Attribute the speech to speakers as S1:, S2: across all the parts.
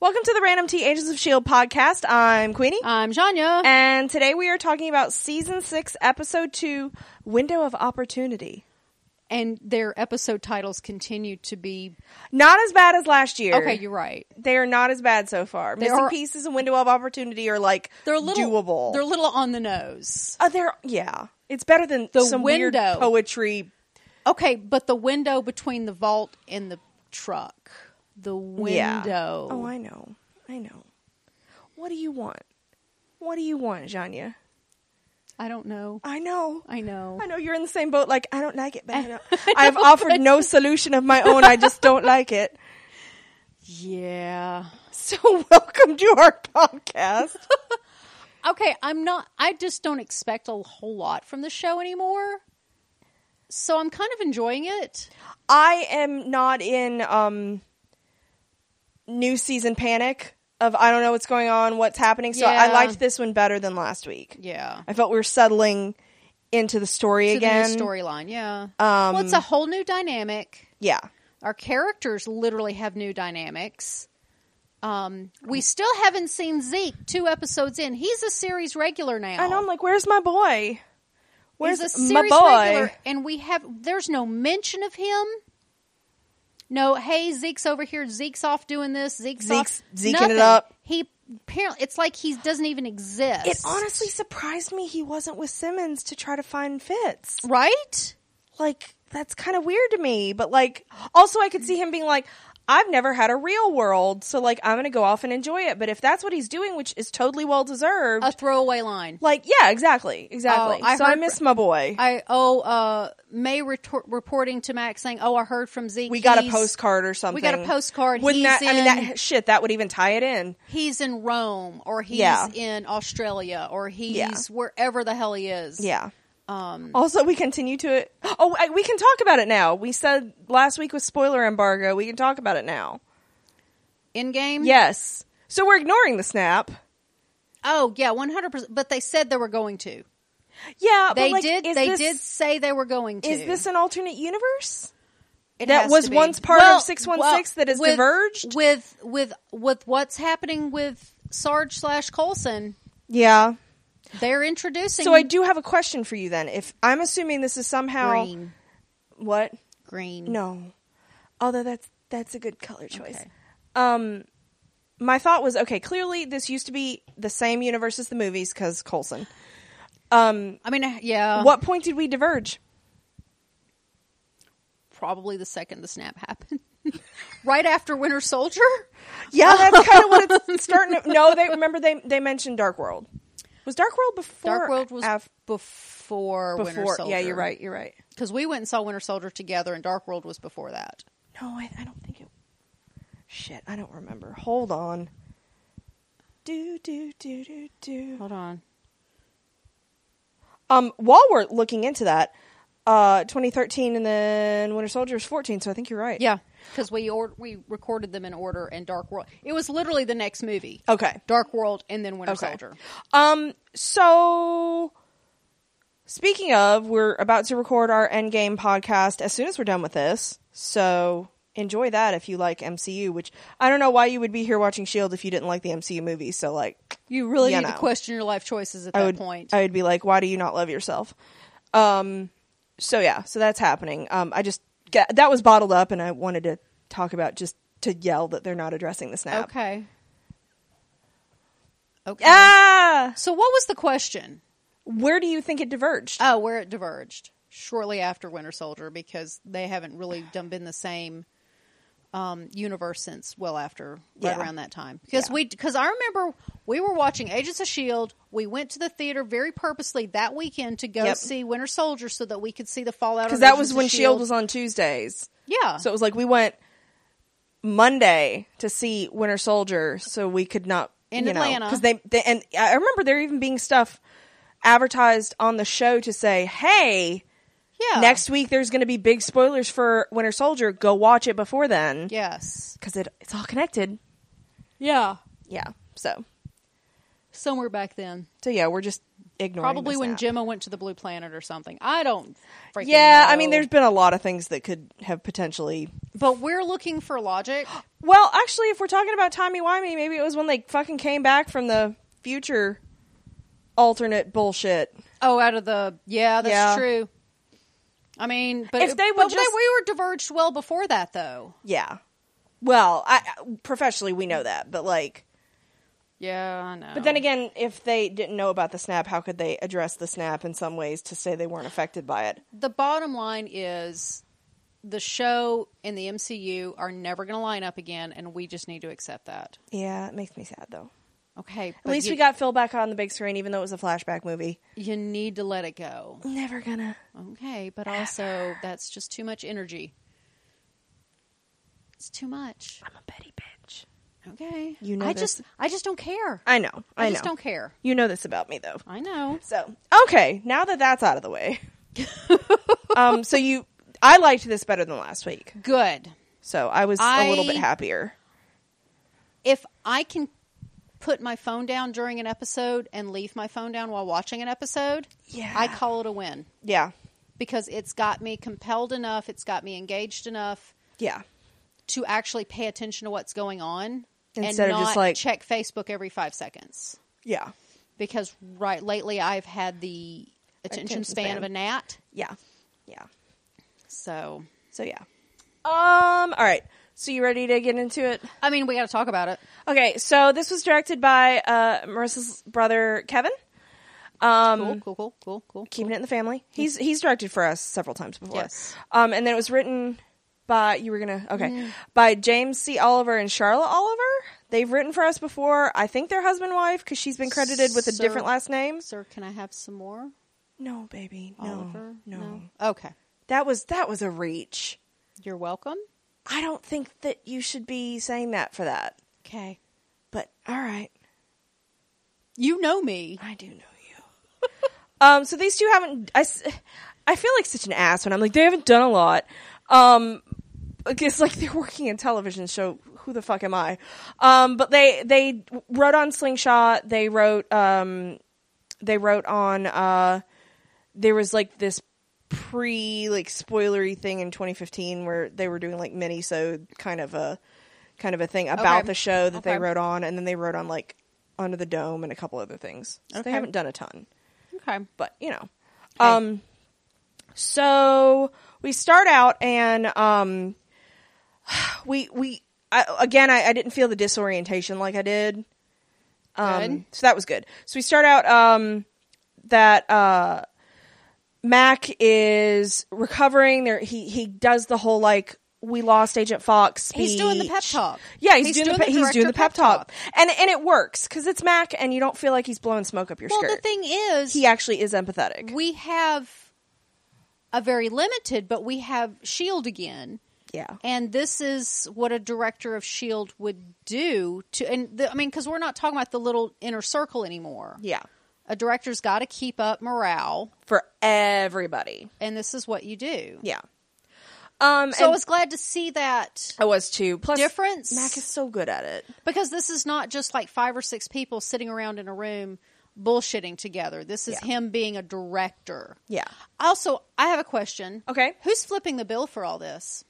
S1: Welcome to the Random T Agents of S.H.I.E.L.D. E podcast. I'm Queenie.
S2: I'm Janya.
S1: and today we are talking about season six, episode two, Window of Opportunity.
S2: and their episode titles continue to be
S1: Not as bad as last year.
S2: okay. You're right.
S1: They are not as bad so far.
S2: They
S1: Missing
S2: are-
S1: pieces and Window of Opportunity are like
S2: They're a little
S1: doable.
S2: They're a little on the nose.
S1: Uh, they're yeah. It's better than
S2: The
S1: some weird
S2: window.
S1: poetry.
S2: Okay, but the window between the vault and the truck, the window.
S1: Yeah. Oh, I know. I know. What do you want? What do you want, Janya?
S2: I don't know.
S1: I know.
S2: I know.
S1: I know you're in the same boat. Like I don't like it, but I, don't. I have offered no solution of my own. I just don't like it.
S2: Yeah.
S1: So welcome to our podcast.
S2: Okay, I'm not. I just don't expect a whole lot from the show anymore. So I'm kind of enjoying it.
S1: I am not in um new season panic of I don't know what's going on, what's happening. So I
S2: Yeah.
S1: liked this one better than last week.
S2: Yeah.
S1: I felt we were settling into the story
S2: To the
S1: again.
S2: new storyline. Yeah.
S1: Um,
S2: well, it's a whole new dynamic.
S1: Yeah.
S2: our characters literally have new dynamics. Um, we still haven't seen Zeke two episodes in. He's a series regular now.
S1: And I'm like, where's my boy? Where's
S2: He's a
S1: my
S2: series
S1: boy?
S2: regular, and we have there's no mention of him. No, hey, Zeke's over here. Zeke's off doing this. Zeke's,
S1: Zeke's
S2: off.
S1: Zeking it
S2: Nothing.
S1: up.
S2: He apparently it's like he doesn't even exist.
S1: It honestly surprised me he wasn't with Simmons to try to find Fitz.
S2: right?
S1: Like, that's kind of weird to me. But, like, also, I could see him being like, I've never had a real world, so, like, I'm going to go off and enjoy it. But if that's what he's doing, which is totally well deserved,
S2: A throwaway line.
S1: like, yeah, exactly. Exactly.
S2: Oh, I
S1: so I
S2: heard-
S1: miss my boy.
S2: I oh uh May retor- reporting to Max saying, "Oh, I heard from Zeke.
S1: we got a
S2: He's-
S1: postcard or something.
S2: we got a postcard.
S1: Wouldn't
S2: He's
S1: that, I mean,
S2: in-
S1: that, shit, that would even tie it in.
S2: he's in Rome or he's
S1: Yeah.
S2: in Australia or he's
S1: Yeah.
S2: wherever the hell he is.
S1: Yeah.
S2: Um,
S1: Also, we continue to. Oh, I, we can talk about it now. We said last week was spoiler embargo. We can talk about it now.
S2: in game.
S1: Yes. So we're ignoring the snap.
S2: Oh yeah, one hundred percent. But they said they were going to.
S1: Yeah,
S2: They
S1: but like,
S2: did.
S1: Is
S2: They
S1: this,
S2: did say they were going to.
S1: Is this an alternate universe?
S2: It
S1: that
S2: has
S1: was
S2: to be.
S1: once part of 616 that has
S2: with-
S1: diverged?
S2: with with with what's happening with Sarge slash Colson.
S1: Yeah.
S2: They're introducing.
S1: So I do have a question for you then. If I'm assuming this is somehow
S2: green,
S1: what?
S2: green.
S1: No. Although that's that's a good color choice.
S2: Okay.
S1: Um my thought was okay, clearly this used to be the same universe as the movies cuz Colson. Um
S2: I mean, uh, yeah.
S1: what point did we diverge?
S2: Probably the second the snap happened, right after Winter Soldier.
S1: Yeah, Oh, that's kind of what it's starting to No, they remember they they mentioned Dark World. Was Dark World before
S2: Dark World was
S1: af-
S2: before, Winter
S1: before?
S2: Soldier.
S1: Yeah, you're right, you're right.
S2: because we went and saw Winter Soldier together, and Dark World was before that.
S1: No, I, I don't think it. Shit, I don't remember. Hold on. Do do do do do.
S2: Hold on.
S1: Um, while we're looking into that, uh, 2013 and then Winter Soldier is 14, so I think you're right.
S2: Yeah, because we or- we recorded them in order, and Dark World. It was literally the next movie.
S1: Okay.
S2: Dark World, and then Winter
S1: Okay.
S2: Soldier.
S1: Um. So, speaking of, we're about to record our Endgame podcast as soon as we're done with this. So enjoy that if you like MCU. Which I don't know why you would be here watching Shield E if you didn't like the MCU movie. So like,
S2: You really
S1: You
S2: need
S1: know.
S2: to question your life choices at
S1: I
S2: that
S1: would,
S2: point.
S1: I would be like, why do you not love yourself? Um, so yeah, so that's happening. Um, I just got, that was bottled up, and I wanted to talk about just to yell that they're not addressing the snap.
S2: okay. Okay.
S1: Ah,
S2: So, what was the question?
S1: where do you think it diverged?
S2: Oh, where it diverged shortly after Winter Soldier, because they haven't really done been the same um, universe since well after right
S1: Yeah.
S2: around that time. Because
S1: Yeah.
S2: we because I remember we were watching Agents of Shield. E We went to the theater very purposely that weekend to go
S1: Yep.
S2: see Winter Soldier so that we could see the fallout.
S1: Because
S2: on
S1: that
S2: Agents
S1: was
S2: of
S1: when Shield
S2: Shield
S1: E was on Tuesdays,
S2: yeah.
S1: so it was like we went Monday to see Winter Soldier, so we could not
S2: In
S1: you
S2: Atlanta.
S1: because they, they and I remember there even being stuff advertised on the show to say, hey.
S2: yeah.
S1: Next week, there's going to be big spoilers for Winter Soldier. Go watch it before then.
S2: Yes.
S1: Because it, it's all connected.
S2: Yeah.
S1: Yeah. So,
S2: Somewhere back then.
S1: so yeah, we're just ignoring.
S2: Probably
S1: this
S2: when
S1: now.
S2: Gemma went to the Blue Planet or something. I don't freaking
S1: Yeah, I mean,
S2: know.
S1: there's been a lot of things that could have potentially.
S2: But we're looking for logic.
S1: Well, actually, if we're talking about Tommy Wimey, maybe it was when they fucking came back from the future alternate bullshit.
S2: Oh, out of the yeah, that's
S1: Yeah.
S2: true. I mean, but
S1: If they would
S2: but
S1: just-
S2: we were diverged well before that, though.
S1: Yeah. Well, I professionally we know that, but like,
S2: Yeah, I know.
S1: but then again, if they didn't know about the snap, how could they address the snap in some ways to say they weren't affected by it?
S2: the bottom line is the show and the MCU are never going to line up again, and we just need to accept that.
S1: Yeah, it makes me sad though.
S2: Okay,
S1: At least we got Phil back on the big screen, even though it was a flashback movie.
S2: You need to let it go.
S1: Never gonna.
S2: Okay, but also that's just too much energy. It's too much.
S1: I'm a petty bitch.
S2: Okay,
S1: You know
S2: I
S1: this.
S2: just I just don't care.
S1: I know. I,
S2: just
S1: know.
S2: don't care.
S1: You know this about me though.
S2: I know.
S1: So okay, now that that's out of the way, um, so you, I liked this better than last week,
S2: Good.
S1: so I was a little bit
S2: I-
S1: happier.
S2: if I can put my phone down during an episode and leave my phone down while watching an episode,
S1: Yeah.
S2: I call it a win
S1: Yeah,
S2: because it's got me compelled enough, it's got me engaged enough
S1: yeah,
S2: to actually pay attention to what's going on
S1: Instead
S2: and
S1: of
S2: not
S1: just, like-
S2: check Facebook every 5 seconds.
S1: yeah,
S2: Because right lately I've had the attention,
S1: Attention
S2: span,
S1: span.
S2: of a gnat.
S1: yeah, yeah.
S2: So,
S1: So yeah. Um. All right. So you ready to get into it?
S2: I mean, we got to talk about it.
S1: Okay. So this was directed by uh, Marissa's brother Kevin. Um,
S2: Cool, cool, cool, cool, cool.
S1: keeping it in the family. He's he's directed for us several times before.
S2: Yes.
S1: Um, and then it was written by you were gonna okay by James C. Oliver and Charlotte Oliver. They've written for us before. I think they're husband and wife because she's been credited with a
S2: Sir-
S1: different last name.
S2: Sir, can I have some more?
S1: No, baby, no,
S2: Oliver?
S1: no,
S2: Okay.
S1: That was that was a reach.
S2: You're welcome.
S1: I don't think that you should be saying that for that.
S2: Okay.
S1: But all right.
S2: You know me.
S1: I do know you. um, so these two haven't. I, s- I feel like such an ass when I'm like they haven't done a lot. Um, it's like they're working in television show. Who the fuck am I? Um, but they they wrote on Slingshot. They wrote um, they wrote on uh, there was like this pre like spoilery thing in 2015 where they were doing like mini so kind of a kind of a thing about
S2: Okay.
S1: the show that they
S2: Okay.
S1: wrote on and then they wrote on like under the dome and a couple other things so they
S2: Okay.
S1: haven't done a ton
S2: Okay.
S1: but you know um so we start out and um we we I, again I, I didn't feel the disorientation like i did um
S2: Good.
S1: so that was good so we start out um that uh mac is recovering there he he does the whole like we lost agent fox
S2: He's doing the pep
S1: speech.
S2: talk.
S1: yeah he's,
S2: He's
S1: doing,
S2: doing
S1: the,
S2: the
S1: pe- he's doing
S2: director
S1: the pep
S2: pep talk.
S1: talk and and it works because it's mac and you don't feel like he's blowing smoke up your
S2: Well,
S1: skirt
S2: the thing is,
S1: he actually is empathetic
S2: we have a very limited, but we have Shield E again,
S1: yeah
S2: and this is what a director of Shield E would do to. And the, I mean, because we're not talking about the little inner circle anymore.
S1: yeah
S2: A director's got to keep up morale,
S1: for everybody.
S2: and this is what you do.
S1: Yeah. Um,
S2: So I
S1: and
S2: was glad to see that
S1: I was too. Plus,
S2: difference
S1: Mac is so good at it.
S2: because this is not just like five or six people sitting around in a room bullshitting together. This is
S1: Yeah.
S2: him being a director.
S1: Yeah.
S2: Also, I have a question.
S1: Okay.
S2: Who's flipping the bill for all this?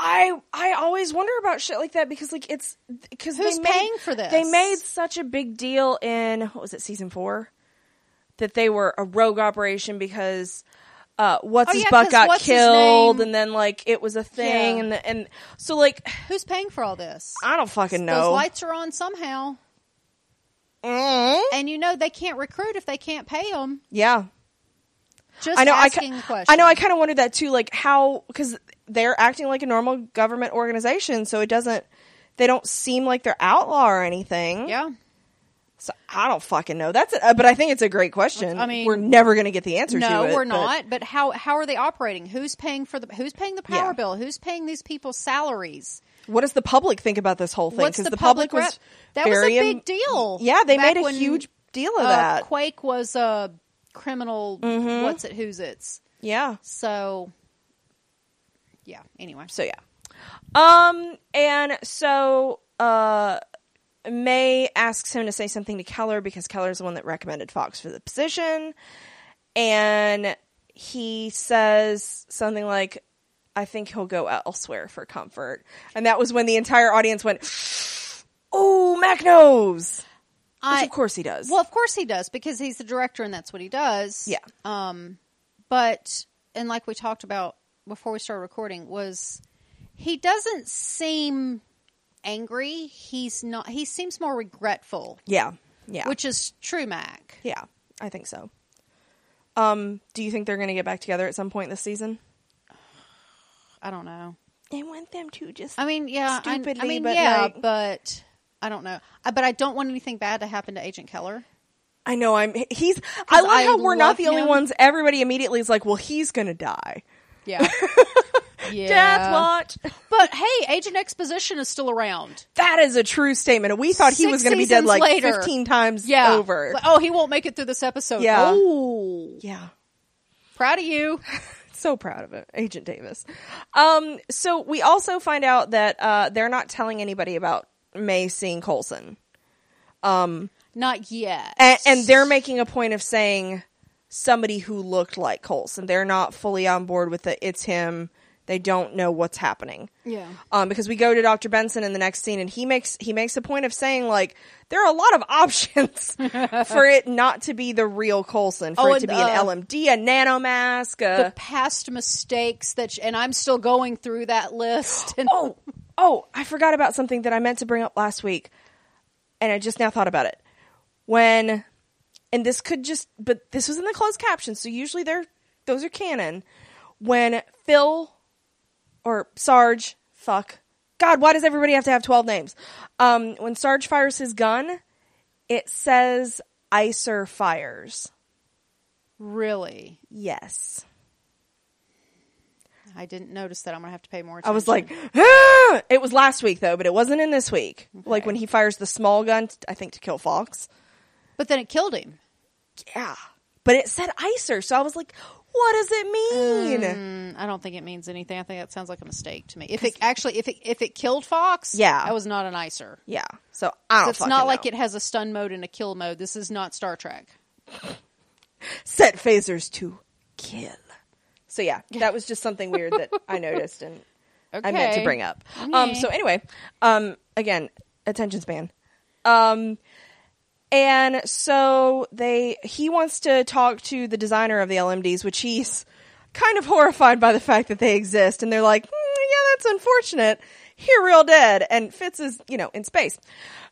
S1: I I always wonder about shit like that because like it's because
S2: Who's
S1: they made,
S2: paying for this?
S1: They made such a big deal in what was it season four that they were a rogue operation because. Uh, what's
S2: Oh,
S1: his
S2: yeah,
S1: butt
S2: 'cause
S1: got
S2: what's his
S1: killed,
S2: name-
S1: and then like it was a thing,
S2: Yeah.
S1: and the, and so like
S2: Who's paying for all this?
S1: I don't fucking
S2: Those
S1: know.
S2: lights are on somehow.
S1: Mm.
S2: And you know they can't recruit if they can't pay them.
S1: Yeah,
S2: Just
S1: I know I,
S2: asking
S1: ki-
S2: the question.
S1: I know I kind of wondered that too, like how because they're acting like a normal government organization, so it doesn't they don't seem like they're outlaw or anything.
S2: Yeah.
S1: So I don't fucking know. That's a, uh, but I think it's a great question.
S2: I mean-
S1: we're never going to get the answer
S2: No,
S1: to it.
S2: we're
S1: but-
S2: not. But how how are they operating? Who's paying for the who's paying the power
S1: Yeah.
S2: bill? Who's paying these people's salaries?
S1: What does the public think about this whole thing?
S2: What's
S1: 'Cause
S2: the, public,
S1: was
S2: rep? That was a
S1: very
S2: big
S1: im-
S2: deal.
S1: Yeah, they
S2: back
S1: made a
S2: when,
S1: huge deal of
S2: uh,
S1: that. Mm-hmm.
S2: Quake was a criminal. What's it? Who's it's?
S1: yeah.
S2: So, yeah. Anyway,
S1: So yeah. Um and so uh May asks him to say something to Keller because Keller's the one that recommended Fox for the position. And he says something like, I think he'll go elsewhere for comfort. And that was when the entire audience went, Oh, Mac knows. Which
S2: I
S1: of course he does.
S2: well, of course he does because he's the director and that's what he does.
S1: Yeah.
S2: Um, but and like we talked about before we started recording was he doesn't seem angry. He's not. He seems more regretful,
S1: yeah. Yeah.
S2: which is true, Mac.
S1: yeah, I think so. Um, do you think they're going to get back together at some point this season?
S2: I don't know.
S1: I want them to just.
S2: I mean, yeah, I- I,
S1: Stupidly,
S2: mean,
S1: but,
S2: yeah,
S1: like-
S2: but I don't know. I, but I don't want anything bad to happen to Agent Keller.
S1: I know. I'm. He's. I love
S2: I
S1: how we're not
S2: love
S1: the only
S2: him.
S1: ones. Everybody immediately is like, "Well, he's going to die."
S2: Yeah, yeah.
S1: Death watch.
S2: But hey, Agent Exposition is still around.
S1: That is a true statement. And we thought he
S2: Six
S1: was going to be dead
S2: seasons
S1: like
S2: later.
S1: fifteen times
S2: Yeah,
S1: over.
S2: Like, oh, he won't make it through this episode.
S1: Yeah.
S2: Oh,
S1: yeah.
S2: proud of you.
S1: so proud of it, Agent Davis. Um, so we also find out that uh, they're not telling anybody about May seeing Colson,
S2: Not yet.
S1: and, and they're making a point of saying somebody who looked like Colson. They're not fully on board with the it's him. They don't know what's happening.
S2: yeah.
S1: Um, because we go to Dr. Benson in the next scene and he makes he makes a point of saying like there are a lot of options for it not to be the real Colson, for
S2: Oh,
S1: it to
S2: and,
S1: be an LMD,
S2: uh,
S1: a nanomask, a
S2: The past mistakes that, sh- and I'm still going through that list. And
S1: Oh, oh, I forgot about something that I meant to bring up last week, and I just now thought about it. When, and this could just, but this was in the closed caption, so usually they're those are canon. When Phil or Sarge, fuck, God, why does everybody have to have twelve names? Um, when Sarge fires his gun, it says Icer fires.
S2: really,
S1: Yes.
S2: I didn't notice that. I'm gonna have to pay more.
S1: I
S2: attention.
S1: was like, "Ah!" it was last week though, but it wasn't in this week. Like when he fires the small gun, t- I think to kill Fox.
S2: but then it killed him.
S1: Yeah, but it said Icer, so I was like, what does it mean?
S2: Mm, I don't think it means anything. I think that sounds like a mistake to me. If it actually, if it if it killed Fox,
S1: Yeah.
S2: that was not an icer.
S1: Yeah, so I don't.
S2: It's
S1: fucking
S2: not like
S1: know.
S2: it has a stun mode and a kill mode. This is not Star Trek.
S1: set phasers to kill. So yeah, that was just something weird that I noticed and I meant to
S2: Okay.
S1: bring up. Um, so anyway, um, again, attention span. Um, and so they he wants to talk to the designer of the LMDs, which he's kind of horrified by the fact that they exist, and they're like, "Mm, yeah, that's unfortunate. Here, real dead, and Fitz is you know in space.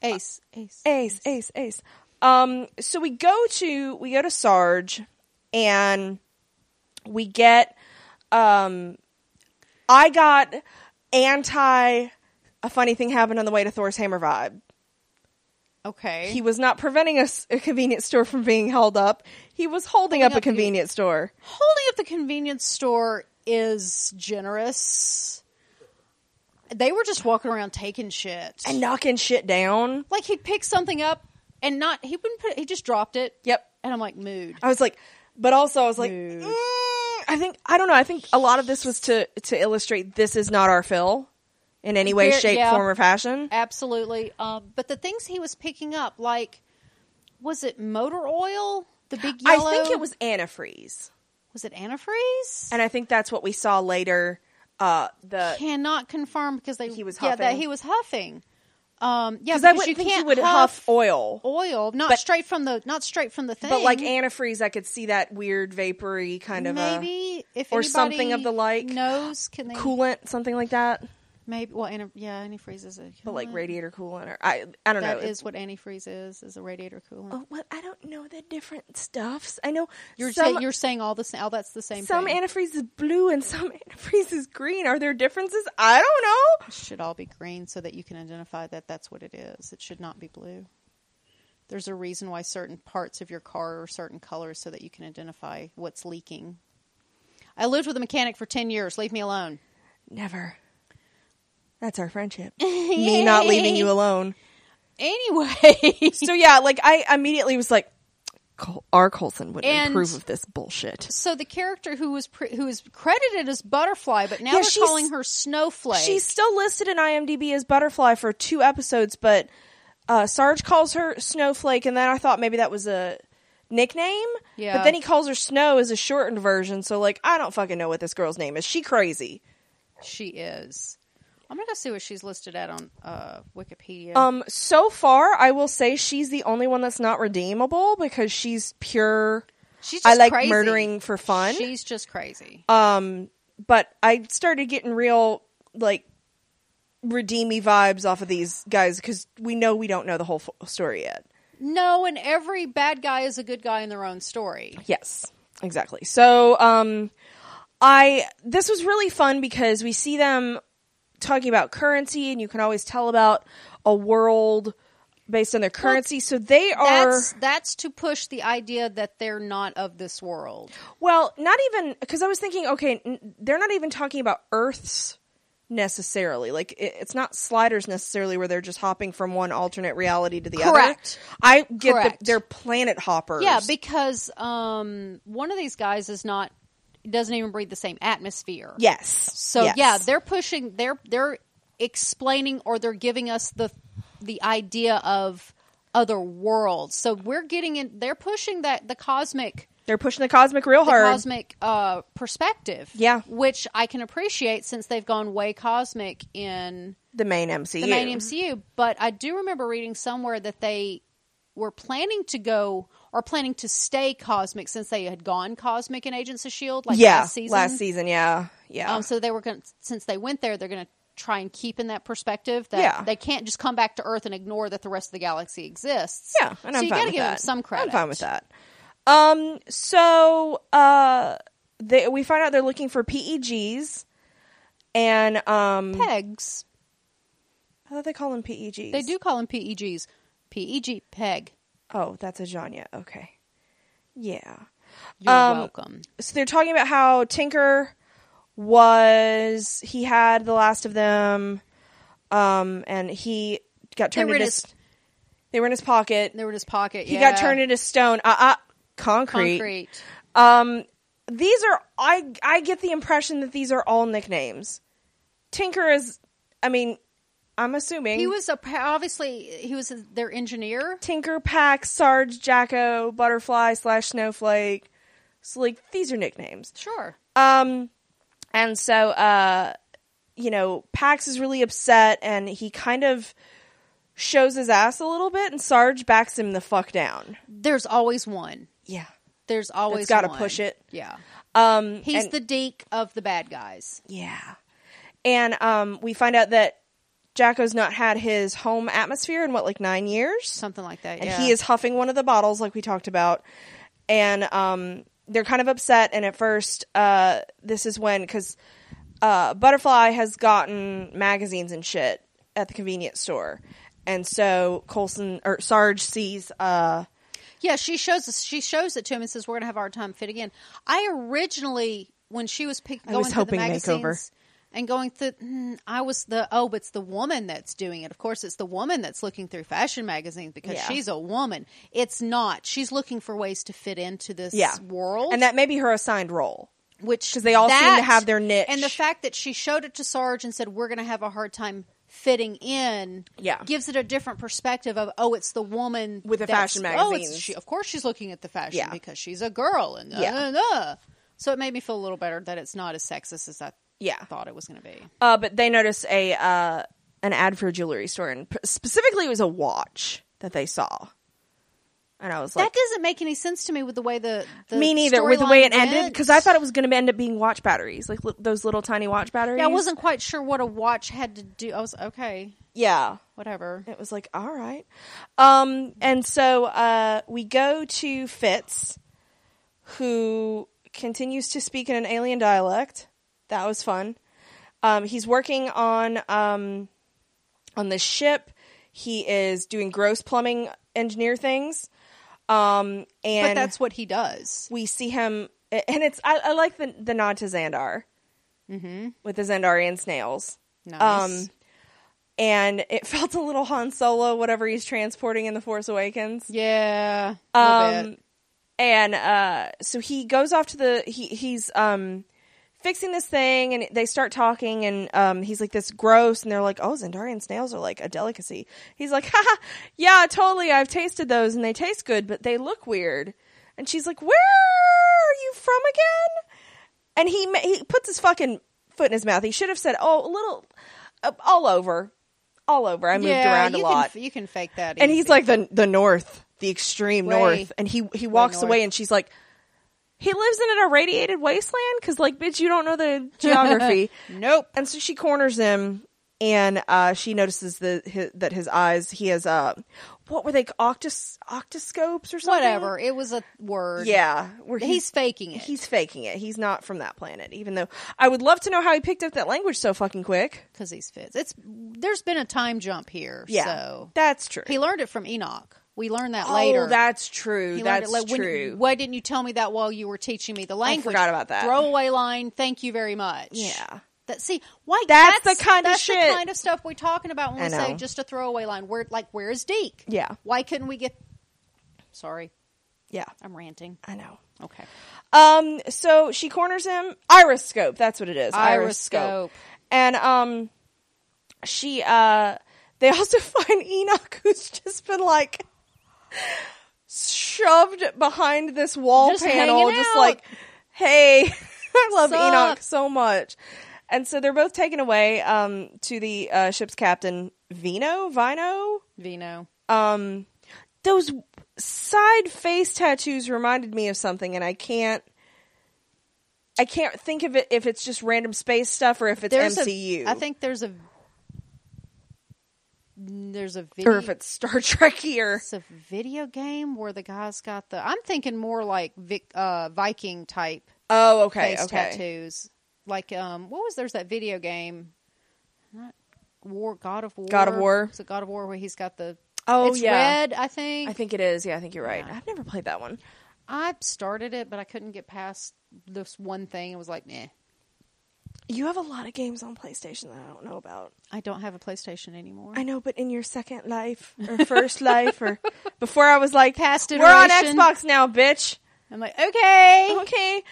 S2: Ace, Ace.
S1: Ace, ace, ace. Um, so we go to we go to Sarge, and we get um, I got anti. A funny thing happened on the way to Thor's hammer vibe.
S2: Okay,
S1: He was not preventing a, s- a convenience store from being held up. He was holding up a
S2: up the-
S1: convenience store.
S2: holding up the convenience store is generous. They were just walking around taking shit.
S1: and knocking shit down.
S2: like he'd pick something up and not he wouldn't put it, he just dropped it.
S1: Yep.
S2: And I'm like mood.
S1: I was like, but also I was like,
S2: Dude.
S1: mm, I think I don't know. I think a lot of this was to to illustrate this is not our Phil in any way,
S2: Very-
S1: shape,
S2: yeah.
S1: form, or fashion.
S2: Absolutely. Um, but the things he was picking up, like, was it motor oil? The big yellow.
S1: I think it was antifreeze,
S2: Was it antifreeze?
S1: and I think that's what we saw later. Uh, the
S2: Cannot confirm because they
S1: He was
S2: yeah that
S1: huffing.
S2: he was huffing. Um, yeah,
S1: because
S2: because
S1: I wouldn't
S2: you
S1: think
S2: can't
S1: you would
S2: huff,
S1: huff oil,
S2: oil, not
S1: but-
S2: straight from the not straight from the thing,
S1: but like antifreeze, I could see that weird vapory kind of a
S2: maybe if
S1: or something of
S2: anybody
S1: the like.
S2: knows can they
S1: coolant, something like that.
S2: maybe well anti, yeah antifreeze is a
S1: But like
S2: coolant.
S1: radiator coolant, or I I don't
S2: That
S1: know.
S2: is what antifreeze is is a radiator coolant.
S1: Oh, well, I don't know the different stuffs. I know
S2: You're
S1: some
S2: saying you're saying all this all that's the same
S1: some
S2: thing.
S1: antifreeze is blue and some antifreeze is green. Are there differences? I don't know.
S2: should all be green so that you can identify that that's what it is. It should not be blue. There's a reason why certain parts of your car are certain colors so that you can identify what's leaking. I lived with a mechanic for 10 years. Leave me alone.
S1: Never. That's our friendship. Me not leaving you alone.
S2: Anyway,
S1: So yeah, like I immediately was like, Col- R. Colson would
S2: And-
S1: approve of this bullshit.
S2: so the character who was pre- who is credited as Butterfly, but now
S1: Yeah,
S2: they're
S1: she's-
S2: calling her Snowflake.
S1: She's still listed in IMDb as Butterfly for two episodes, but Uh, Sarge calls her Snowflake, and then I thought maybe that was a nickname.
S2: Yeah.
S1: But then he calls her Snow as a shortened version. So like, I don't fucking know what this girl's name is. She crazy.
S2: She is. I'm gonna go see what she's listed at on uh, Wikipedia.
S1: Um, so far, I will say she's the only one that's not redeemable because she's pure.
S2: she's
S1: I
S2: just
S1: like
S2: crazy.
S1: murdering for fun.
S2: She's just crazy.
S1: Um, but I started getting real like redeemy vibes off of these guys because we know we don't know the whole f- story yet.
S2: no, and every bad guy is a good guy in their own story.
S1: Yes, exactly. So, um, I this was really fun because we see them talking about currency, and you can always tell about a world based on their currency. so they are
S2: That's that's to push the idea that they're not of this world.
S1: well, not even because I was thinking, okay, n- they're not even talking about Earths necessarily. Like it, it's not sliders necessarily where they're just hopping from one alternate reality to the other.
S2: Correct.
S1: I get
S2: Correct.
S1: The, they're planet hoppers.
S2: Yeah, because um, one of these guys is not doesn't even breathe the same atmosphere.
S1: yes.
S2: So
S1: Yes.
S2: yeah, they're pushing. They're they're explaining or they're giving us the the idea of other worlds. So we're getting in. They're pushing that the cosmic
S1: they're pushing the cosmic real
S2: the
S1: hard.
S2: cosmic uh, perspective.
S1: Yeah.
S2: which I can appreciate since they've gone way cosmic in
S1: the main MCU.
S2: the main MCU. But I do remember reading somewhere that they were planning to go or planning to stay cosmic since they had gone cosmic in Agents of Shield, E like
S1: yeah,
S2: last season.
S1: season, yeah, yeah.
S2: Um, so they were going to since they went there, they're going to try and keep in that perspective that
S1: Yeah.
S2: they can't just come back to Earth and ignore that the rest of the galaxy exists.
S1: Yeah, and
S2: so
S1: I'm fine
S2: you gotta
S1: with
S2: give
S1: that.
S2: them some credit.
S1: I'm fine with that. Um, so uh, they, we find out they're looking for PEGs, and um,
S2: Pegs,
S1: I thought they call them E PEGs.
S2: they do call them E PEGs. PEG, E peg.
S1: Oh, that's a genre. Okay, yeah.
S2: You're
S1: Um,
S2: welcome.
S1: So they're talking about how Tinker was he had the last of them, um, and he got
S2: They
S1: turned
S2: were in
S1: into.
S2: his-
S1: s- They were in his pocket.
S2: They were in his pocket.
S1: He
S2: yeah.
S1: got turned into stone. Uh, uh,
S2: concrete.
S1: Um, these are I I get the impression that these are all nicknames. Tinker is, I mean, I'm assuming
S2: He was a obviously he was their engineer.
S1: Tinker, Pack, Sarge, Jacko, Butterfly slash Snowflake. So like these are nicknames.
S2: Sure.
S1: Um, and so uh, you know, Pax is really upset and he kind of shows his ass a little bit, and Sarge backs him the fuck down.
S2: There's always one.
S1: Yeah.
S2: There's always
S1: gotta
S2: one.
S1: push it.
S2: Yeah.
S1: Um,
S2: He's
S1: and-
S2: the deke of the bad guys.
S1: Yeah. And um, we find out that Jacko's not had his home atmosphere in what, like nine years?
S2: Something like that.
S1: And
S2: yeah.
S1: he is huffing one of the bottles, like we talked about. And um, they're kind of upset. And at first, uh, this is when, because uh, Butterfly has gotten magazines and shit at the convenience store. And so Colson or Sarge sees uh,
S2: Yeah, she shows us. She shows it to him and says, "We're gonna have a hard time fitting in." I originally, when she was pick,
S1: I
S2: going
S1: was
S2: through
S1: hoping
S2: the
S1: makeover.
S2: magazines and going through, mm, I was the oh, but it's the woman that's doing it. Of course, it's the woman that's looking through fashion magazines because
S1: Yeah.
S2: she's a woman. It's not. She's looking for ways to fit into this
S1: yeah
S2: world,
S1: and that may be her assigned role.
S2: which
S1: 'Cause they all seem to have their niche.
S2: And the fact that she showed it to Sarge and said, "We're going to have a hard time fitting in,"
S1: Yeah.
S2: gives it a different perspective of, "Oh, it's the woman
S1: With the
S2: that's-
S1: fashion
S2: Oh, it's,
S1: magazines.
S2: she, of course she's looking at the fashion
S1: Yeah.
S2: because she's a girl." And
S1: Yeah.
S2: uh, uh, uh. so it made me feel a little better that it's not as sexist as I
S1: Yeah.
S2: thought it was going to be.
S1: Uh, but they notice a uh, an ad for a jewelry store, and p- specifically it was a watch that they saw, and I was like,
S2: that doesn't make any sense to me with the way the, the
S1: "Me neither." With the way it
S2: storyline
S1: ended,
S2: went.
S1: because I thought it was going to end up being watch batteries, like li- those little tiny watch batteries.
S2: yeah, I wasn't quite sure what a watch had to do. I was okay,
S1: Yeah,
S2: whatever.
S1: it was like, all right. Um, and so uh, we go to Fitz, who continues to speak in an alien dialect. That was fun. Um, he's working on um, on the ship. He is doing gross plumbing engineer things. Um, and
S2: but that's what he does.
S1: we see him, and it's I, I like the the nod to Xandar mm-hmm. with the Xandarian snails.
S2: Nice.
S1: Um, and it felt a little Han Solo, whatever he's transporting in The Force Awakens.
S2: Yeah, a little bit.
S1: Um, and uh, so he goes off to the he he's um fixing this thing, and they start talking, and um, he's like, "This gross," and they're like, "Oh, Zendarian snails are like a delicacy." He's like, "Ha, yeah, totally. I've tasted those, and they taste good, but they look weird." And she's like, "Where are you from again?" And he ma- he puts his fucking foot in his mouth. He should have said, "Oh, a little, uh, all over, all over." I moved around a
S2: you
S1: lot.
S2: Can, you can fake that.
S1: and he's
S2: easy.
S1: like the the north, the extreme
S2: Way-
S1: north, and he he walks
S2: north.
S1: away, and she's like, he lives in an irradiated wasteland because like bitch, you don't know the geography,
S2: nope.
S1: and so she corners him, and uh, she notices the hi that his eyes he has uh what were they octus octoscopes or something
S2: Whatever. It was a word.
S1: yeah where
S2: He's faking it.
S1: he's faking it he's not from that planet even though I would love to know how he picked up that language so fucking quick
S2: because he's fits. It's there's been a time jump here.
S1: yeah
S2: So
S1: that's true
S2: he learned it from Enoch. We learned that
S1: oh
S2: later.
S1: that's true
S2: He learned
S1: that's
S2: it la- when-
S1: true
S2: why didn't you tell me that while you were teaching me the language?
S1: forgot about that.
S2: throwaway line. Thank you very much.
S1: Yeah.
S2: That see why
S1: That's the kind of
S2: that's the
S1: shit.
S2: kind of stuff we're talking about when
S1: I
S2: we say
S1: know.
S2: just a throwaway line. Where like where is Deke?
S1: Yeah.
S2: Why couldn't we get? Sorry,
S1: yeah
S2: I'm ranting.
S1: I know.
S2: Okay.
S1: Um, so she corners him. Iroscope, that's what it is.
S2: Iroscope.
S1: And um, she uh, they also find Enoch, who's just been like shoved behind this wall
S2: Just
S1: panel,
S2: hanging
S1: just
S2: out.
S1: like, hey, I love
S2: Sup?
S1: Enoch so much. And so they're both taken away um, to the uh, ship's captain, Vino. Vino.
S2: Vino.
S1: Um, those side face tattoos reminded me of something, and I can't. I can't think of it if it's just random space stuff or if it's
S2: There's
S1: MCU.
S2: A, I think there's a there's a video.
S1: or if it's Star Trekier.
S2: It's a video game where the guy's got the. I'm thinking more like Vic, uh, Viking type
S1: Oh, okay,
S2: face
S1: okay.
S2: tattoos. Like um, what was there's that video game? Not War, God of War.
S1: God of War.
S2: It's a God of War where he's got the.
S1: Oh,
S2: it's
S1: yeah.
S2: red. I think.
S1: I think it is. Yeah, I think you're right.
S2: Yeah.
S1: I've never played that one.
S2: I started it, but I couldn't get past this one thing. It was like, eh,
S1: You have a lot of games on PlayStation that I don't know about.
S2: I don't have a PlayStation anymore.
S1: I know, but in your second life or first life or before I was like,
S2: Past
S1: we're on
S2: iteration."
S1: Xbox now, bitch.
S2: I'm like, okay.
S1: okay.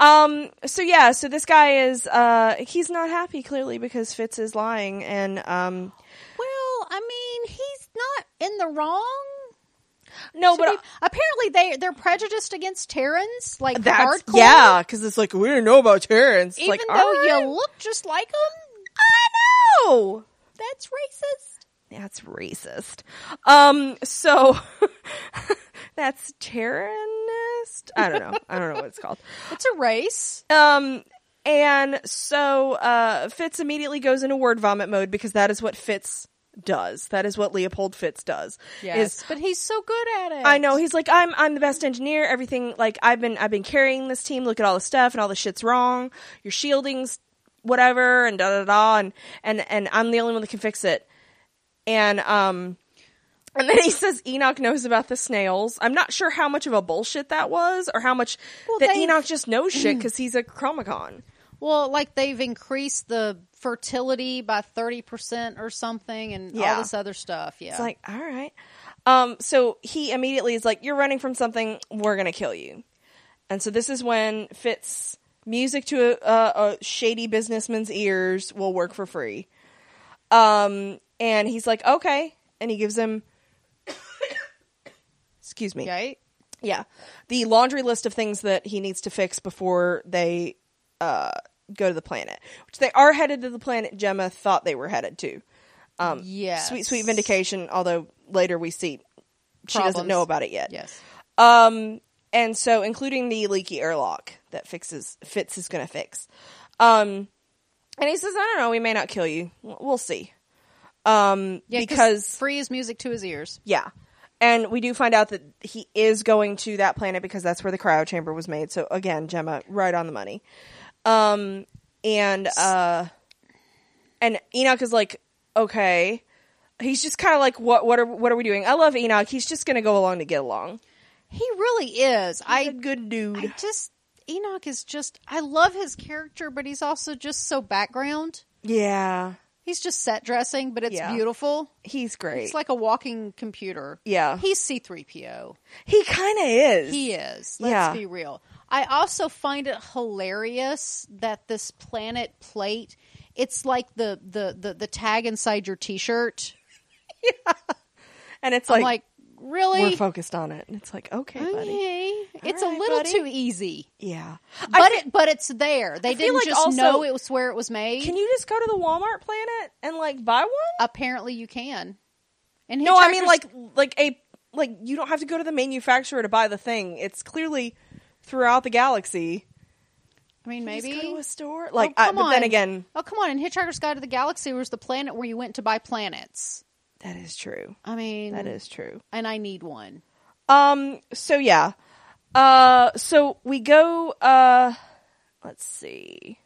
S1: Um. So yeah. So this guy is. Uh. He's not happy clearly because Fitz is lying, and um.
S2: Well, I mean, he's not in the wrong.
S1: No,
S2: So
S1: but
S2: we- apparently they they're prejudiced against Terrans, like
S1: that's
S2: hardcore.
S1: yeah. Because it's like we didn't know about Terrence. It's
S2: even
S1: like,
S2: though
S1: alright.
S2: you look just like them,
S1: I know.
S2: that's racist.
S1: That's racist. Um. So that's Terranist. I don't know. I don't know what it's called.
S2: It's a race.
S1: Um, and so uh, Fitz immediately goes into word vomit mode because that is what Fitz does. That is what Leopold Fitz does. Is,
S2: but he's so good at it.
S1: I know he's like I'm. I'm the best engineer. Everything like I've been. I've been carrying this team. Look at all the stuff and all the shit's wrong. Your shielding's whatever and da da da and and and I'm the only one that can fix it. And um. And then he says Enoch knows about the snails. I'm not sure how much of a bullshit that was, or how much
S2: Well,
S1: that
S2: they-
S1: Enoch just knows shit because he's a Chromacon.
S2: Well, like they've increased the fertility by thirty percent or something, and
S1: Yeah.
S2: all this other stuff. Yeah,
S1: It's like, all right. Um, so he immediately is like, You're running from something, we're going to kill you. And so this is when Fitz music to a, a, a shady businessman's ears will work for free. Um, and he's like, Okay. And he gives him, excuse me.
S2: okay.
S1: Yeah. The laundry list of things that he needs to fix before they uh, go to the planet, which they are headed to the planet Gemma thought they were headed to. Um,
S2: Yes.
S1: Sweet, sweet vindication, although later we see she doesn't
S2: Problems.
S1: know about it yet.
S2: Yes,
S1: Um, and so, including the leaky airlock that fixes Fitz is going to fix. Um, and he says, I don't know, we may not kill you. W- We'll see. Um,
S2: yeah,
S1: because
S2: free is music to his ears.
S1: yeah. And we do find out that he is going to that planet because that's where the cryo chamber was made. So again, Gemma, right on the money. Um and uh and Enoch is like, okay. He's just kind of like, what what are what are we doing? I love Enoch. He's just going to go along to get along.
S2: He really is. I
S1: He's a good dude.
S2: I just Enoch is just I love his character, but he's also just so background.
S1: yeah.
S2: He's just set dressing, but it's
S1: Yeah.
S2: beautiful.
S1: He's great.
S2: It's like a walking computer.
S1: Yeah.
S2: He's C3PO.
S1: he kind of is.
S2: He is. Let's
S1: Yeah.
S2: be real. I also find it hilarious that this planet plate, it's like the the the, the tag inside your t-shirt.
S1: And it's
S2: I'm
S1: like,
S2: like, really?
S1: we're focused on it. And it's like, okay, buddy.
S2: Okay. It's
S1: right,
S2: a little
S1: buddy.
S2: too easy.
S1: Yeah. I
S2: But it but it's there. They
S1: feel
S2: didn't
S1: like
S2: just
S1: also-
S2: know it was where it was made.
S1: Can you just go to the Walmart planet and like buy one?
S2: Apparently you can. And
S1: No, I mean
S2: Hitchhiker's-
S1: like like a like you don't have to go to the manufacturer to buy the thing. It's clearly throughout the galaxy.
S2: I mean
S1: You just
S2: maybe
S1: go to a store. Like,
S2: Oh,
S1: I,
S2: come
S1: but then
S2: on.
S1: again,
S2: Oh come on! In Hitchhiker's Guide to the Galaxy was the planet where you went to buy planets.
S1: that is true.
S2: I mean,
S1: That is true.
S2: and I need one.
S1: Um. So yeah. Uh. So we go. Uh. Let's see.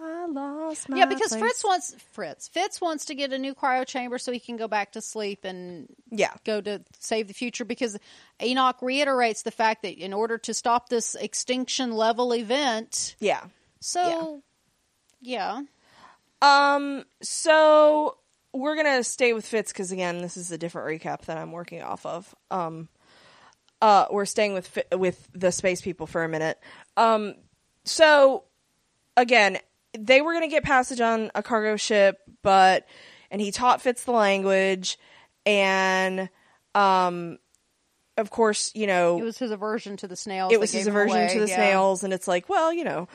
S1: I lost my
S2: yeah, because
S1: place.
S2: Fritz wants Fritz Fitz wants to get a new cryo chamber so he can go back to sleep and
S1: Yeah.
S2: go to save the future. Because Enoch reiterates the fact that in order to stop this extinction level event,
S1: Yeah.
S2: so yeah,
S1: Um. So we're gonna stay with Fitz because again, this is a different recap that I'm working off of. Um. Uh. We're staying with Fi- with the space people for a minute. Um. So again, they were going to get passage on a cargo ship, but and he taught Fitz the language, and um, of course, you know,
S2: it was his aversion to the snails.
S1: it
S2: that
S1: was his
S2: gave him
S1: aversion
S2: away,
S1: to the
S2: yeah.
S1: snails and it's like well you know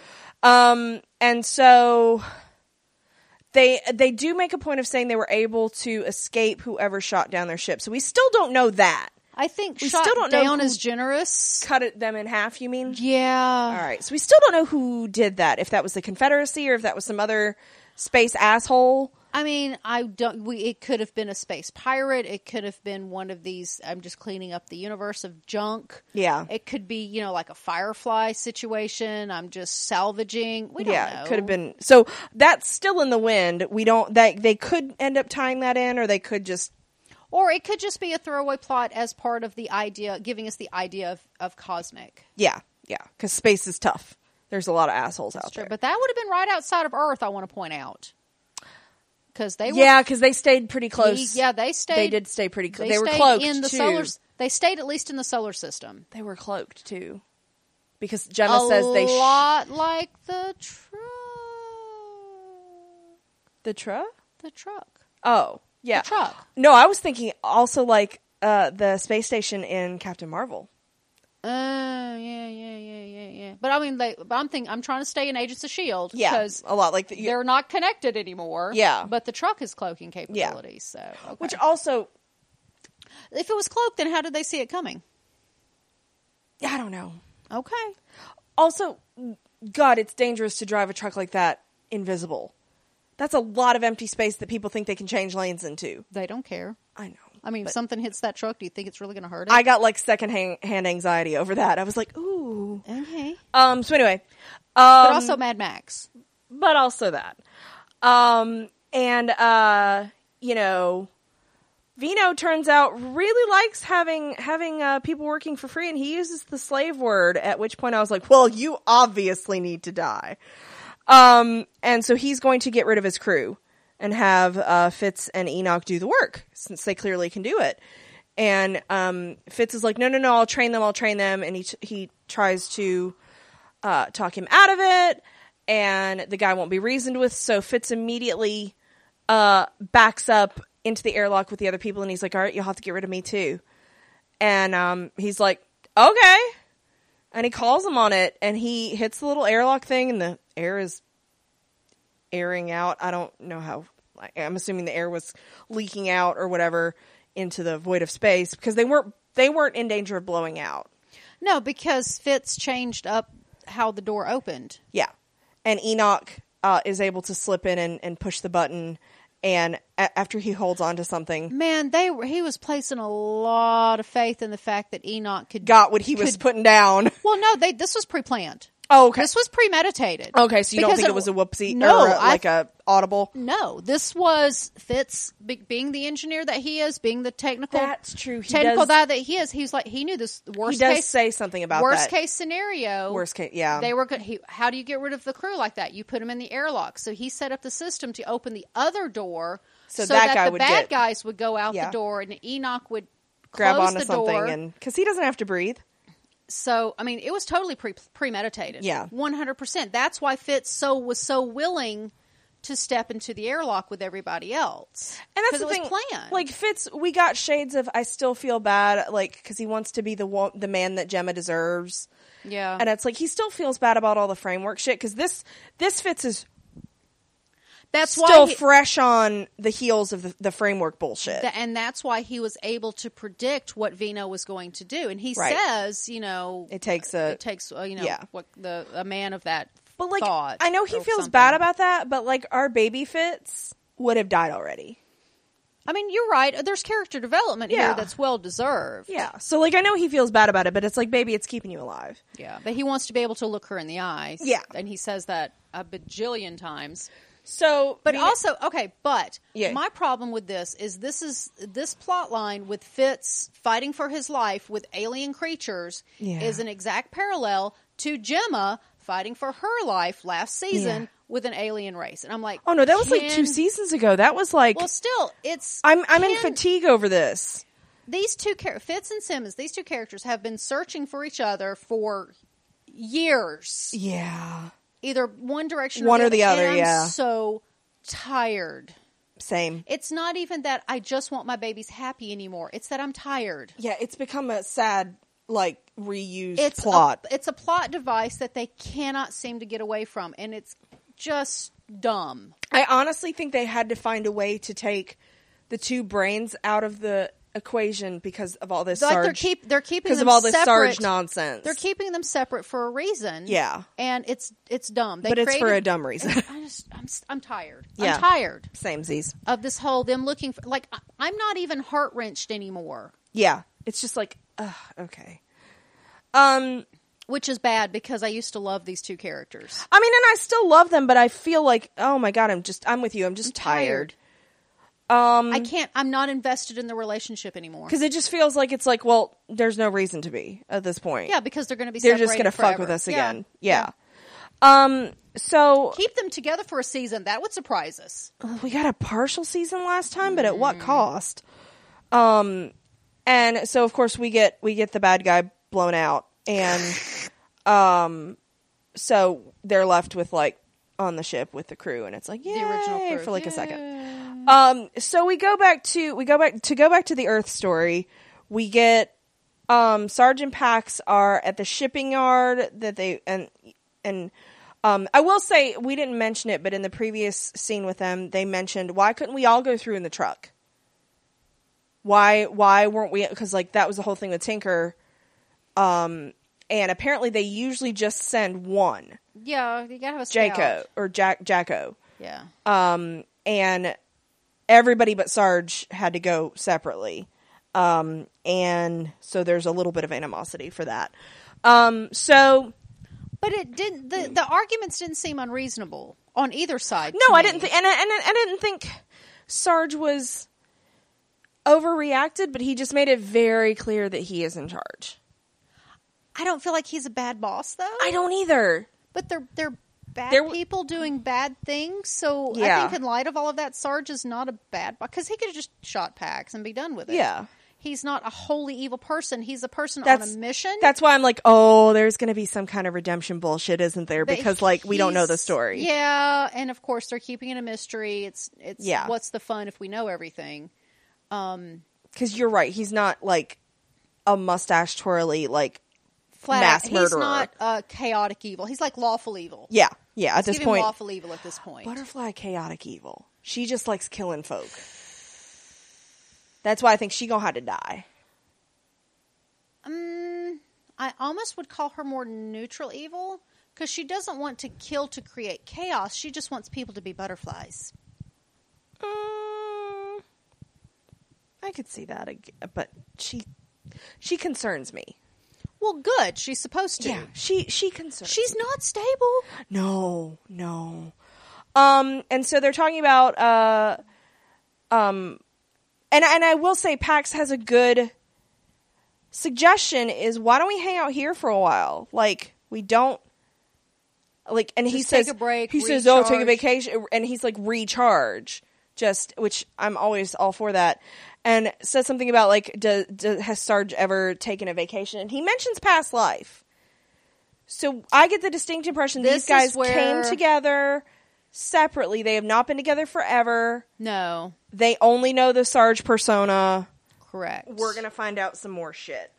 S1: um and so they they do make a point of saying they were able to escape whoever shot down their ship so we still don't know that
S2: I think
S1: We
S2: shot
S1: still don't know
S2: down
S1: who-
S2: is generous.
S1: cut it, them in half you mean
S2: Yeah.
S1: all right so we still don't know who did that if that was the confederacy or if that was some other space asshole
S2: I mean, I don't. We it could have been a space pirate. It could have been one of these. I'm just cleaning up the universe of junk.
S1: yeah
S2: It could be, you know, like a firefly situation. I'm just salvaging. We don't
S1: yeah
S2: know.
S1: it could have been so that's still in the wind we don't that they could end up tying that in or they could just
S2: or it could just be a throwaway plot as part of the idea, giving us the idea of, of cosmic.
S1: yeah yeah because space is tough there's a lot of assholes out there
S2: But that would have been right outside of Earth. I want to point out because they
S1: Yeah, because they stayed pretty
S2: were,
S1: close.
S2: yeah, they stayed.
S1: they did stay pretty. Cl-
S2: They,
S1: they, were
S2: stayed
S1: cloaked
S2: in the
S1: too.
S2: solar. s- They stayed at least in the solar system.
S1: They were cloaked too, because Gemma says they
S2: a
S1: sh-
S2: lot like the truck.
S1: the truck.
S2: The truck.
S1: Oh, yeah,
S2: The truck.
S1: No, I was thinking also like uh, the space station in Captain Marvel.
S2: Oh yeah, yeah, yeah, yeah, yeah. But I mean, like, but I'm thinking, I'm trying to stay in Agents of Shield
S1: Yeah,
S2: because
S1: a lot like the,
S2: they're not connected anymore.
S1: Yeah.
S2: but the truck is cloaking capabilities. So, okay.
S1: which also
S2: if it was cloaked, then how did they see it coming?
S1: I don't know.
S2: Okay,
S1: Also, God, it's dangerous to drive a truck like that invisible. That's a lot of empty space that people think they can change lanes into.
S2: they don't care.
S1: I know.
S2: I mean, if something hits that truck, do you think it's really going to hurt it?
S1: I got like secondhand hand anxiety over that. I was like, ooh.
S2: okay,
S1: Um. So anyway, um,
S2: but also Mad Max.
S1: but also that, um, and uh, you know, Vino turns out really likes having having uh, people working for free, and he uses the slave word. At which point, I was like, well, you obviously need to die. Um, and so he's going to get rid of his crew and have uh, Fitz and Enoch do the work since they clearly can do it. And um, Fitz is like, no, no, no, I'll train them, I'll train them, and he t- he tries to uh, talk him out of it, and the guy won't be reasoned with. So Fitz immediately uh, backs up into the airlock with the other people, and he's like, all right, you'll have to get rid of me too. And um, he's like, okay. And he calls him on it, and he hits the little airlock thing, and the air is airing out. I don't know how. like, I'm assuming the air was leaking out or whatever into the void of space because they weren't they weren't in danger of blowing out.
S2: No, because Fitz changed up how the door opened.
S1: Yeah. And Enoch uh, is able to slip in and, and push the button. And a- after he holds on to something,
S2: Man, they were, he was placing a lot of faith in the fact that Enoch could.
S1: got what he was putting down.
S2: Well, no, they this was pre-planned.
S1: Oh, okay.
S2: This was premeditated.
S1: Okay, so you don't
S2: Because
S1: think it, was a whoopsie
S2: No,
S1: or a,
S2: I-
S1: like a audible?
S2: no. This was Fitz be, being the engineer that he is, being the technical.
S1: That's true. He
S2: technical
S1: does-
S2: guy that he is. He's like he knew this worst
S1: He does
S2: case
S1: say something about
S2: worst
S1: that.
S2: case scenario.
S1: Worst case, yeah.
S2: They were. go- He, how do you get rid of the crew like that? You put them in the airlock. So he set up the system to open the other door,
S1: So that guy
S2: the
S1: would
S2: bad
S1: get-
S2: guys would go out
S1: Yeah.
S2: the door, and Enoch would
S1: Grab
S2: close
S1: onto
S2: the
S1: something
S2: door.
S1: and because he doesn't have to breathe.
S2: So, I mean, it was totally pre- premeditated.
S1: Yeah.
S2: 100%. That's why Fitz so was so willing to step into the airlock with everybody else.
S1: And that's
S2: 'Cause
S1: the
S2: it
S1: thing.
S2: was planned.
S1: Like Fitz, we got shades of I still feel bad, like because he wants to be the wo- the man that Gemma deserves,
S2: yeah.
S1: and it's like he still feels bad about all the framework shit because this this Fitz is
S2: that's
S1: still
S2: why he-
S1: fresh on the heels of the, the framework bullshit.
S2: Th- and that's why he was able to predict what Vino was going to do. And he
S1: Right.
S2: says, you know,
S1: it takes a
S2: it takes uh, you know
S1: yeah.
S2: what the a man of that
S1: but like
S2: thought
S1: I know he
S2: or
S1: feels
S2: something.
S1: bad about that, but like our baby Fitz would have died already.
S2: I mean, you're right. There's character development
S1: Yeah.
S2: here that's well deserved.
S1: Yeah. So like I know he feels bad about it, but it's like baby, it's keeping you alive.
S2: yeah. But he wants to be able to look her in the eyes.
S1: Yeah.
S2: and he says that a bajillion times.
S1: So,
S2: But
S1: Vina-
S2: also, okay, but
S1: Yeah.
S2: my problem with this is this is this plot line with Fitz fighting for his life with alien creatures
S1: Yeah.
S2: is an exact parallel to Gemma fighting for her life last season
S1: Yeah.
S2: with an alien race. And I'm like,
S1: oh no, that was like
S2: can-
S1: two seasons ago. That was like
S2: Well, still, it's
S1: I'm I'm in
S2: can-
S1: fatigue over this.
S2: These two char- Fitz and Simmons, these two characters have been searching for each other for years,
S1: Yeah.
S2: either one direction,
S1: One
S2: or
S1: or
S2: the
S1: the
S2: other.
S1: other,
S2: and I'm
S1: yeah.
S2: so tired.
S1: Same.
S2: It's not even that I just want my babies happy anymore. It's that I'm tired.
S1: Yeah, it's become a sad like reused
S2: It's
S1: plot.
S2: A, it's a plot device that they cannot seem to get away from, and it's just dumb.
S1: I honestly think they had to find a way to take the two brains out of the equation because of all this
S2: Like
S1: Sarge.
S2: they're keep they're keeping
S1: because of
S2: them
S1: all this
S2: separate.
S1: Sarge nonsense.
S2: They're keeping them separate for a reason.
S1: Yeah.
S2: and it's it's dumb. They
S1: but it's for a
S2: created-
S1: dumb reason.
S2: I just I'm s- I'm tired.
S1: Yeah.
S2: I'm tired
S1: Same Z's.
S2: of this whole them looking for like I- I'm not even heart wrenched anymore.
S1: Yeah. It's just like, ugh, okay. Um,
S2: Which is bad because I used to love these two characters.
S1: I mean, and I still love them, but I feel like, oh my god, I'm just, I'm with you. I'm just tired. Um,
S2: I can't. I'm not invested in the relationship anymore.
S1: Because it just feels like it's like, well, there's no reason to be at this point.
S2: Yeah, because they're going to be.
S1: they're just
S2: separated
S1: gonna fuck
S2: forever.
S1: with us
S2: Yeah.
S1: again. Yeah. Um. So
S2: Keep them together for a season. That would surprise us.
S1: we got a partial season last time, but at
S2: Mm.
S1: what cost? Um. And so of course we get we get the bad guy blown out, and um, so they're left with like on the ship with the crew, and it's like yeah,
S2: original crew.
S1: for like a second.
S2: Yay.
S1: Um. So we go back to we go back to go back to the Earth story. We get um, Sergeant Pax are at the shipping yard that they and and um, I will say we didn't mention it, but in the previous scene with them, they mentioned why couldn't we all go through in the truck? Why why weren't we? Because like that was the whole thing with Tinker, um, and apparently they usually just send one
S2: Yeah, you gotta have a Uh, scout.
S1: Jaco or Jack Jacko,
S2: Yeah,
S1: um, and everybody but Sarge had to go separately. Um, and so there's a little bit of animosity for that. Um, so
S2: but it didn't. The, the arguments didn't seem unreasonable on either side.
S1: no,
S2: to
S1: I
S2: me.
S1: didn't think, and I, and I, I didn't think Sarge was overreacted, but he just made it very clear that he is in charge.
S2: I don't feel like he's a bad boss though.
S1: I don't either.
S2: But they're they're bad
S1: There w-
S2: people doing bad things. So I
S1: Yeah.
S2: think in light of all of that, Sarge is not a bad because he could have just shot Pax and be done with it.
S1: Yeah.
S2: he's not a wholly evil person. He's a person
S1: That's-
S2: on a mission.
S1: That's why I'm like, oh, there's going to be some kind of redemption bullshit, isn't there?
S2: but
S1: Because like we don't know the
S2: he's-
S1: story.
S2: Yeah, and of course they're keeping it a mystery. It's it's
S1: Yeah.
S2: what's the fun if we know everything?
S1: Because you're right, he's not like a mustache twirly like
S2: Flat
S1: Mass
S2: out,
S1: murderer.
S2: He's not uh, chaotic evil. He's like lawful evil.
S1: Yeah, yeah. At
S2: Let's
S1: this
S2: give
S1: point,
S2: him lawful evil at this point.
S1: butterfly chaotic evil. She just likes killing folk. That's why I think she gonna have to die.
S2: Mm, I almost would call her more neutral evil because she doesn't want to kill to create chaos. She just wants people to be butterflies.
S1: Mm, I could see that, ag- but she she concerns me.
S2: Well, good. She's supposed to.
S1: Yeah, she she concerns.
S2: She's not stable.
S1: No, no. Um, and so they're talking about uh, um, and and I will say Pax has a good suggestion is why don't we hang out here for a while? Like we don't like and he
S2: Just
S1: says
S2: take a break,
S1: he says oh take a
S2: recharge.
S1: vacation and he's like recharge just which I'm always all for that. And says something about like, do, do, has Sarge ever taken a vacation? And he mentions past life. So I get the distinct impression
S2: This
S1: these guys
S2: is where-
S1: came together separately. They have not been together forever.
S2: No,
S1: They only know the Sarge persona.
S2: correct.
S1: We're gonna find out some more shit.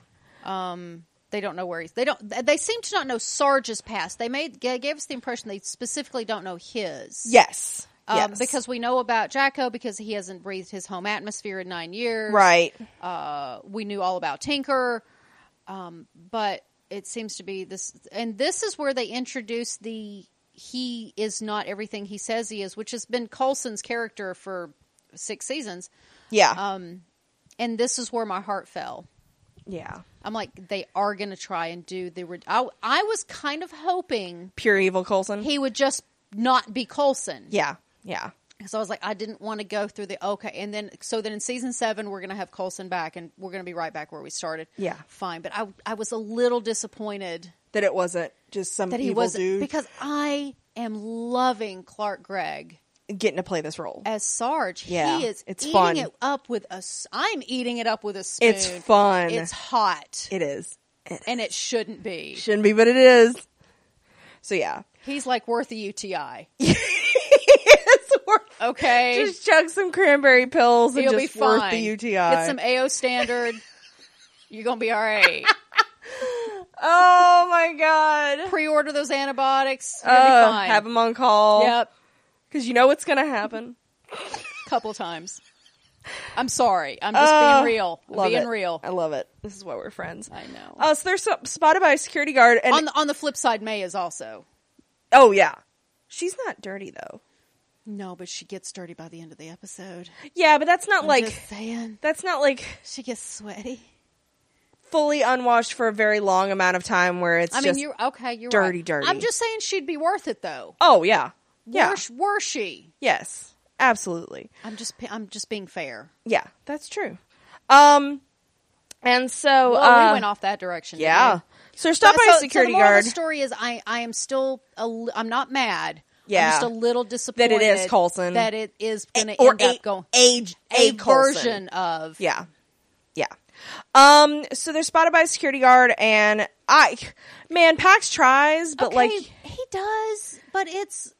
S2: Um, they don't know where he's. They don't. They seem to not know Sarge's past. They made g- gave us the impression they specifically don't know his.
S1: Yes.
S2: Um,
S1: yes.
S2: Because we know about Jacko because he hasn't breathed his home atmosphere in nine years.
S1: right.
S2: Uh, we knew all about Tinker, um, but it seems to be this, and this is where they introduce the he is not everything he says he is, which has been Colson's character for six seasons.
S1: Yeah.
S2: Um, and this is where my heart fell.
S1: yeah.
S2: I'm like, they are going to try and do the. Re- I, I was kind of hoping
S1: Pure evil Colson.
S2: he would just not be Colson.
S1: yeah. Yeah.
S2: So I was like, I didn't want to go through the okay, and then so then in season seven we're gonna have Colson back, and we're gonna be right back where we started.
S1: Yeah.
S2: fine. But I I was a little disappointed
S1: That it wasn't just some
S2: that he
S1: evil
S2: was
S1: dude
S2: because I am loving Clark Gregg
S1: getting to play this role.
S2: as Sarge.
S1: Yeah,
S2: he is
S1: it's
S2: eating
S1: fun.
S2: it up with a. s- I'm eating it up with a spoon.
S1: It's fun.
S2: It's hot,
S1: It is. It
S2: and it shouldn't be.
S1: shouldn't be, but it is. So yeah,
S2: He's like worth a UTI.
S1: it's worth.
S2: Okay,
S1: Just chug some cranberry pills and
S2: You'll
S1: just
S2: be fine.
S1: worth the UTI.
S2: Get some AO standard. You're gonna be all right.
S1: oh my god!
S2: pre-order those antibiotics. You'll
S1: Uh,
S2: be fine.
S1: have him on call.
S2: Yep,
S1: because you know what's gonna happen.
S2: couple times. I'm sorry. I'm just
S1: Uh,
S2: being real. I'm
S1: love
S2: being
S1: it.
S2: real.
S1: I love it. This is why we're friends.
S2: I know. Oh,
S1: Uh, so they're so- spotted by a security guard, and
S2: on the on the flip side, May is also
S1: oh yeah, she's not dirty though.
S2: no, but she gets dirty by the end of the episode.
S1: Yeah, but that's not
S2: I'm
S1: like
S2: just saying,
S1: that's not like
S2: she gets sweaty.
S1: fully unwashed for a very long amount of time where it's
S2: I mean,
S1: just
S2: you're okay. You're
S1: dirty,
S2: right.
S1: dirty.
S2: I'm just saying she'd be worth it though.
S1: oh yeah yeah
S2: Were, sh- were she?
S1: yes absolutely
S2: I'm just pi- I'm just being fair.
S1: yeah that's true um and so
S2: Well,
S1: uh,
S2: we went off that direction. didn't
S1: yeah
S2: we?
S1: so they're stopped
S2: But
S1: by
S2: so-
S1: a security
S2: so the moral
S1: guard
S2: Of the story is I I am still a li- I'm not mad.
S1: Yeah.
S2: I'm just a little disappointed
S1: Coulson.
S2: that it is going to
S1: or
S2: end
S1: a
S2: up going
S1: age
S2: a,
S1: Coulson.
S2: version of
S1: yeah yeah um so they're spotted by a security guard and I man Pax tries but
S2: Okay,
S1: like
S2: he does, but it's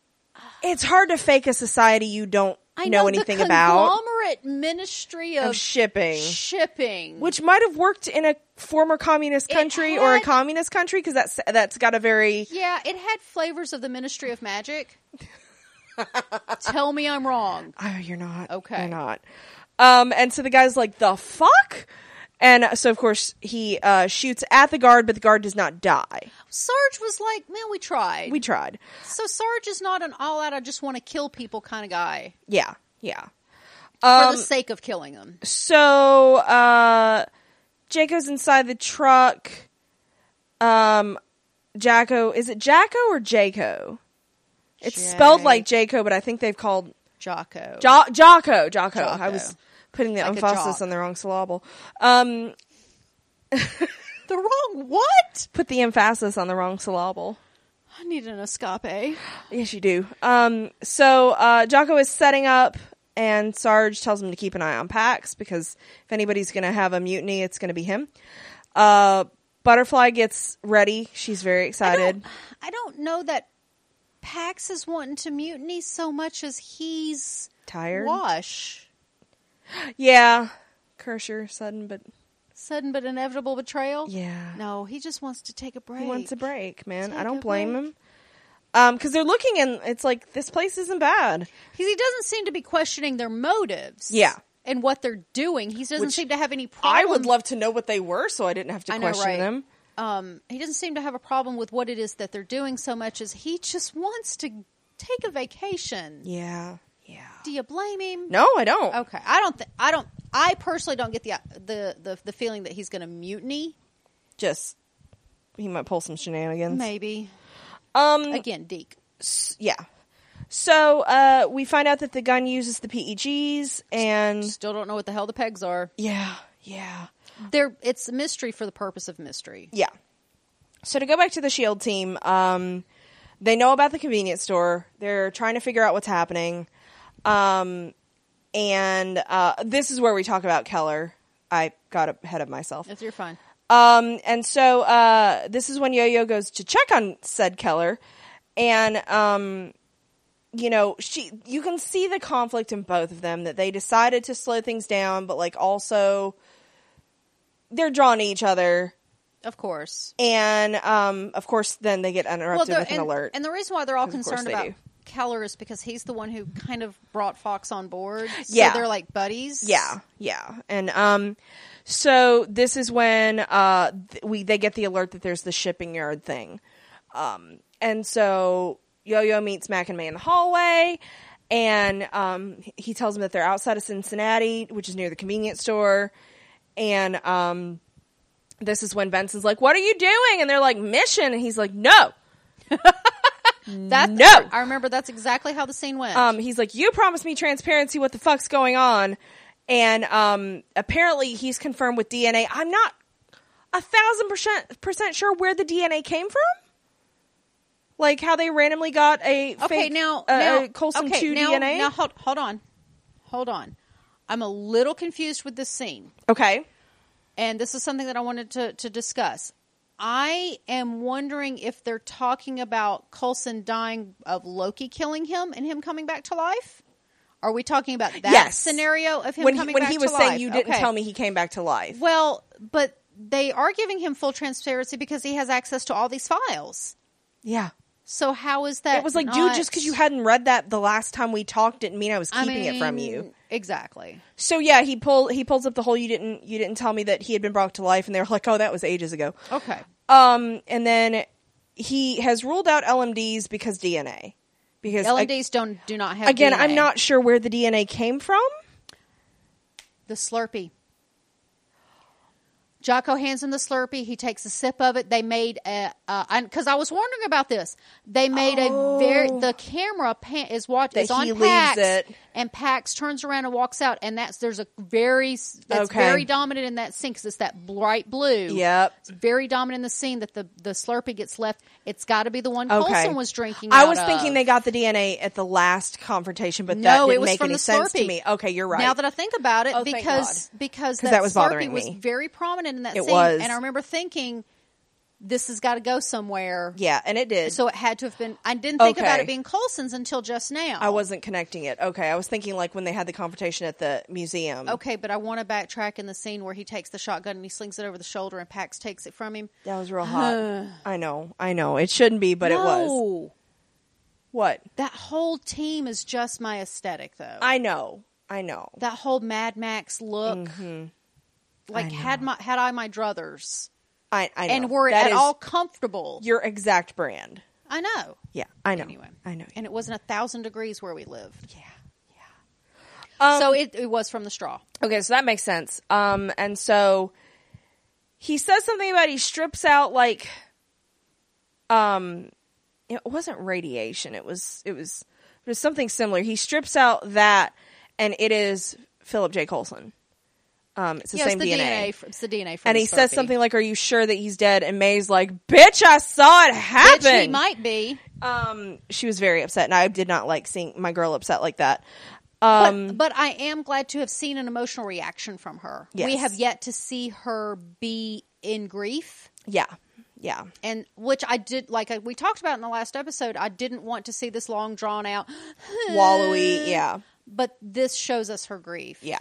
S1: it's hard to fake a society you don't
S2: I
S1: know,
S2: know,
S1: anything
S2: the
S1: about
S2: conglomerate ministry of,
S1: of shipping
S2: shipping,
S1: which might have worked in a former communist
S2: It
S1: country or a
S2: had-
S1: communist country because that's that's got a very
S2: yeah, it had flavors of the Ministry of Magic. Tell me I'm wrong.
S1: oh you're not
S2: Okay.
S1: you're not um and so the guy's like the fuck and so of course he uh, shoots at the guard but the guard does not die
S2: Sarge was like, man, we tried.
S1: we tried
S2: so Sarge is not an all out. I just want to kill people kind of guy.
S1: yeah yeah
S2: for
S1: um
S2: the sake of killing them.
S1: so uh Jacko's inside the truck um Jacko is it Jacko or Jaco it's spelled like Jaco but I think they've called
S2: Jocko.
S1: Jo- Jocko, Jocko. I
S2: Jocko.
S1: was putting the
S2: Like a
S1: emphasis
S2: jock.
S1: on the wrong syllable. Um,
S2: the wrong what?
S1: put the emphasis on the wrong syllable.
S2: I need an escape.
S1: Yes, you do. Um, so uh, Jocko is setting up, and Sarge tells him to keep an eye on Pax because if anybody's going to have a mutiny, it's going to be him. Uh, Butterfly gets ready. She's very
S2: I
S1: excited.
S2: don't, I don't know that Pax is wanting to mutiny so much as he's
S1: Tired.
S2: Wash.
S1: Yeah, Kersher, sudden, but
S2: Sudden but inevitable betrayal.
S1: yeah.
S2: No, he just wants to take a break.
S1: He wants a break, man. I
S2: Take
S1: don't
S2: a
S1: blame
S2: break.
S1: him. Um, because they're looking and it's like this place isn't bad.
S2: He's, he doesn't seem to be questioning their motives.
S1: Yeah.
S2: And what they're doing. He doesn't
S1: Which
S2: seem to have any problem.
S1: I would love to know what they were so I didn't have to
S2: I know,
S1: question
S2: right?
S1: them.
S2: Um, he doesn't seem to have a problem with what it is that they're doing so much as he just wants to take a vacation.
S1: Yeah. Yeah.
S2: Do you blame him?
S1: No, I don't.
S2: Okay, I don't. Th- I don't. I personally don't get the the the, the feeling that he's going to mutiny.
S1: Just he might pull some shenanigans.
S2: Maybe
S1: Um
S2: again, Deke.
S1: s- yeah. So uh we find out that the gun uses the PEGs and
S2: Still don't know what the hell the pegs are.
S1: yeah, yeah.
S2: They're it's a mystery for the purpose of mystery.
S1: Yeah. So to go back to the Shield E team, um, they know about the convenience store. They're trying to figure out what's happening. Um, and uh, this is where we talk about Keller. I got ahead of myself.
S2: If you're fine.
S1: Um, and so uh, this is when Yo Yo goes to check on said Keller, and um, you know she you can see the conflict in both of them that they decided to slow things down, but like also they're drawn to each other,
S2: Of course.
S1: and um, of course then they get interrupted
S2: they're-
S1: with an
S2: and,
S1: alert.
S2: and the reason why they're all
S1: 'Cause of course
S2: concerned
S1: they
S2: about
S1: do.
S2: Keller is because he's the one who kind of brought Fox on board. So
S1: Yeah.
S2: they're like buddies.
S1: Yeah, yeah, and um, so this is when uh th- we they get the alert that there's the shipping yard thing, um, and so Yo Yo meets Mac and May in the hallway, and um, he- he tells them that they're outside of Cincinnati, which is near the convenience store, and um, this is when Benson's like, "What are you doing?" And they're like, "Mission," and he's like, "No."
S2: That's,
S1: No!
S2: I remember that's exactly how the scene went.
S1: Um, he's like, "You promised me transparency. What the fuck's going on?" And um, apparently, he's confirmed with DNA. I'm not a thousand percent percent sure where the DNA came from. Like how they randomly got a
S2: okay,
S1: fake,
S2: now,
S1: uh,
S2: now
S1: uh, Colson
S2: okay,
S1: two
S2: now,
S1: DNA.
S2: Now hold, hold on, hold on. I'm a little confused with this scene.
S1: okay,
S2: and this is something that I wanted to, to discuss. I am wondering if they're talking about Coulson dying of Loki killing him and him coming back to life. Are we talking about that
S1: Yes.
S2: scenario of him
S1: when he,
S2: coming
S1: when
S2: back
S1: he was
S2: to
S1: saying
S2: life?
S1: you didn't
S2: Okay.
S1: tell me he came back to life.
S2: Well, but they are giving him full transparency because he has access to all these files.
S1: yeah,
S2: So how is that?
S1: it was like,
S2: not...
S1: dude, just because you hadn't read that the last time we talked didn't mean I was
S2: I
S1: keeping it from
S2: mean,
S1: you.
S2: exactly.
S1: So yeah, he pulled he pulls up the whole you didn't you didn't tell me that he had been brought to life, and they were like, oh, that was ages ago.
S2: Okay.
S1: Um, and then he has ruled out LMDs because DNA. Because ag-
S2: LMDs don't do not have
S1: again, I'm
S2: DNA.
S1: not sure where the DNA came from.
S2: the Slurpee. Jocko hands him the Slurpee. He takes a sip of it. They made a because I was wondering about this. They made a very
S1: Oh.
S2: the camera pan, is watch
S1: That
S2: is on
S1: he leaves
S2: Pax
S1: it.
S2: and Pax turns around and walks out and that's there's a very s- that's
S1: Okay.
S2: very dominant in that scene 'cause it's that bright blue.
S1: Yep.
S2: it's very dominant in the scene that the the Slurpee gets left. It's got to be the one
S1: Okay,
S2: Coulson was drinking.
S1: I
S2: out
S1: was thinking
S2: of.
S1: they got the DNA at the last confrontation, but that
S2: No,
S1: didn't
S2: it was
S1: make
S2: from
S1: any
S2: the
S1: sense to
S2: Slurpee.
S1: me. Okay, you're right.
S2: Now that I think about it,
S1: Oh, thank
S2: because because that,
S1: that was
S2: Slurpee
S1: bothering
S2: was
S1: me.
S2: very prominent in that
S1: It
S2: scene,
S1: was.
S2: and I remember thinking, "This has got to go somewhere."
S1: yeah, and it did.
S2: So it had to have been. I didn't think about
S1: Okay.
S2: it being Colson's until just now.
S1: I wasn't connecting it. Okay, I was thinking like when they had the confrontation at the museum.
S2: okay, but I want to backtrack in the scene where he takes the shotgun and he slings it over the shoulder, and Pax takes it from him.
S1: That was real hot. I know, I know. It shouldn't be, but it was.
S2: No.
S1: What?
S2: That whole team is just my aesthetic, though.
S1: I know, I know.
S2: that whole Mad Max look.
S1: Mm-hmm.
S2: Like had my had I my druthers,
S1: I, I know.
S2: and were it
S1: That
S2: at
S1: is
S2: all comfortable?
S1: your exact brand?
S2: I know.
S1: Yeah, I know.
S2: Anyway,
S1: I know.
S2: And it wasn't a thousand degrees where we lived.
S1: Yeah, yeah. Um,
S2: so it, it was from the straw.
S1: okay, so that makes sense. Um, and so he says something about he strips out like, um, it wasn't radiation. It was it was it was something similar. He strips out that, and it is Philip J. Colson. Um, it's the
S2: Yeah,
S1: same
S2: it's the
S1: DNA.
S2: fr- it's the DNA from
S1: and
S2: the
S1: he says
S2: Slurpee.
S1: something like, "Are you sure that he's dead?" And May's like, "Bitch, I saw it happen."
S2: Which he might be.
S1: Um, she was very upset, and I did not like seeing my girl upset like that.
S2: But,
S1: Um,
S2: but I am glad to have seen an emotional reaction from her. We
S1: Yes.
S2: have yet to see her be in grief.
S1: yeah, yeah,
S2: And which I did, like I, we talked about in the last episode, I didn't want to see this long drawn out.
S1: wallowy, yeah,
S2: But this shows us her grief.
S1: yeah.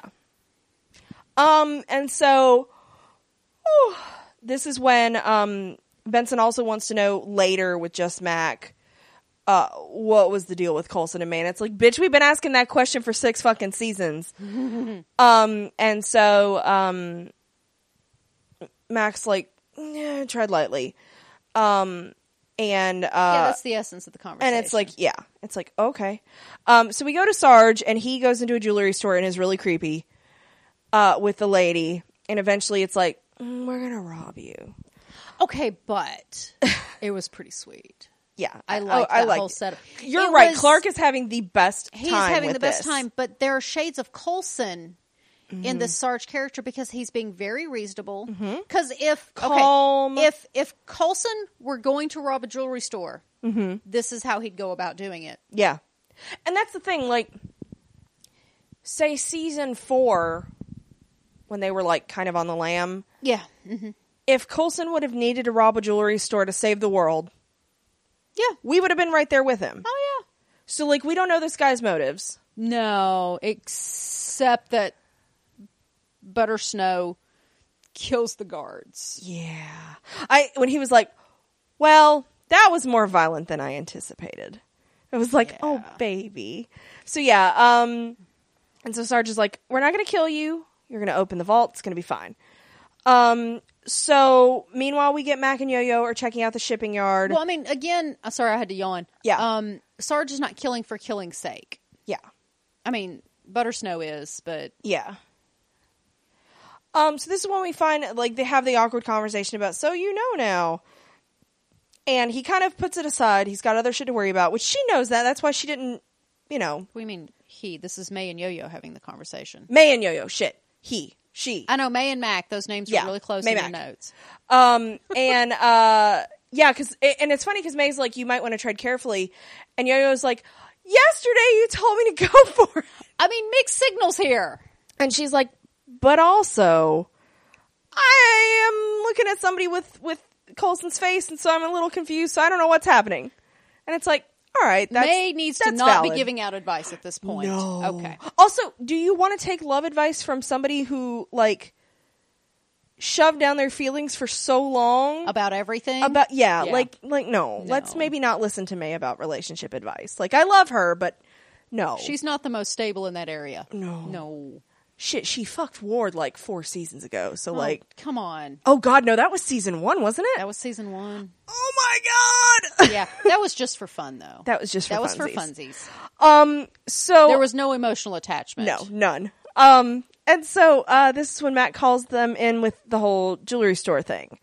S1: Um, and so whew, this is when um Benson also wants to know later with Just Mac. Uh, what was the deal with Colson and Man? It's like, bitch, we've been asking that question for six fucking seasons. um, and so, um, Max like, "Yeah, tread lightly. Um, and, uh,
S2: Yeah, that's the essence of the conversation.
S1: And it's like, yeah, it's like okay. Um, so we go to Sarge, and he goes into a jewelry store and is really creepy uh, with the lady. And eventually, it's like "Mm, we're gonna rob you.
S2: okay, but it was pretty sweet.
S1: Yeah,
S2: I
S1: oh,
S2: like that
S1: liked
S2: whole
S1: it.
S2: setup.
S1: You're
S2: It
S1: right.
S2: was-
S1: Clark is having the best.
S2: He's
S1: time
S2: having
S1: with
S2: the best
S1: this. Mm-hmm.
S2: time, but there are shades of Colson in this Sarge character because he's being very reasonable. Because if okay,
S1: Calm.
S2: if if Colson were going to rob a jewelry store,
S1: Mm-hmm.
S2: this is how he'd go about doing it.
S1: Yeah, and that's the thing. Like, say season four, when they were like kind of on the lam,
S2: Yeah. hmm
S1: if Coulson would have needed to rob a jewelry store to save the world,
S2: Yeah.
S1: we would have been right there with him.
S2: Oh yeah.
S1: So like we don't know this guy's motives.
S2: No, except that Butter Snow kills the guards.
S1: Yeah. I when he was like, "Well, that was more violent than I anticipated." I was like, "Oh,
S2: Yeah.
S1: baby." So yeah, um and so Sarge is like, "We're not going to kill you. You're going to open the vault. It's going to be fine." Um so meanwhile we get Mac and Yo-Yo are checking out the shipping yard.
S2: Well, I mean, again, uh, sorry, I had to yawn.
S1: Yeah.
S2: Um, Sarge is not killing for killing's sake.
S1: yeah.
S2: I mean, Butter Snow is, but
S1: Yeah. Um, so this is when we find like they have the awkward conversation about so you know now. And he kind of puts it aside. He's got other shit to worry about, which she knows that. That's why she didn't, you know,
S2: we mean he. This is May and Yo Yo having the conversation.
S1: May and Yo-Yo shit. He, she.
S2: I know May and Mac; those names
S1: Yeah,
S2: are really close
S1: May
S2: in
S1: Mac.
S2: your notes.
S1: Um, and uh, yeah, because and it's funny because May's like, you might want to tread carefully, and Yo-Yo's like, yesterday you told me to go for it,
S2: I mean, mixed signals here.
S1: and she's like, but also, I am looking at somebody with with Colson's face, and so I'm a little confused. So I don't know what's happening. And it's like, all right, that's,
S2: May needs to
S1: that's
S2: not
S1: valid.
S2: be giving out advice at this point.
S1: No.
S2: Okay.
S1: Also, do you want to take love advice from somebody who like shoved down their feelings for so long
S2: About everything.
S1: about yeah,
S2: Yeah.
S1: like like no, let's
S2: No.
S1: maybe not listen to May about relationship advice. Like I love her, but no,
S2: She's not the most stable in that area.
S1: No.
S2: No.
S1: shit. She fucked Ward like four seasons ago, so like.
S2: oh, come on.
S1: Oh God, no, that was season one, wasn't it?
S2: That was season one.
S1: oh my God,
S2: Yeah, that was just for fun, though.
S1: that was just for
S2: that was for
S1: funsies.
S2: funsies.
S1: Um, so
S2: There was no emotional attachment.
S1: no none. Um, and so uh, this is when Matt calls them in with the whole jewelry store thing,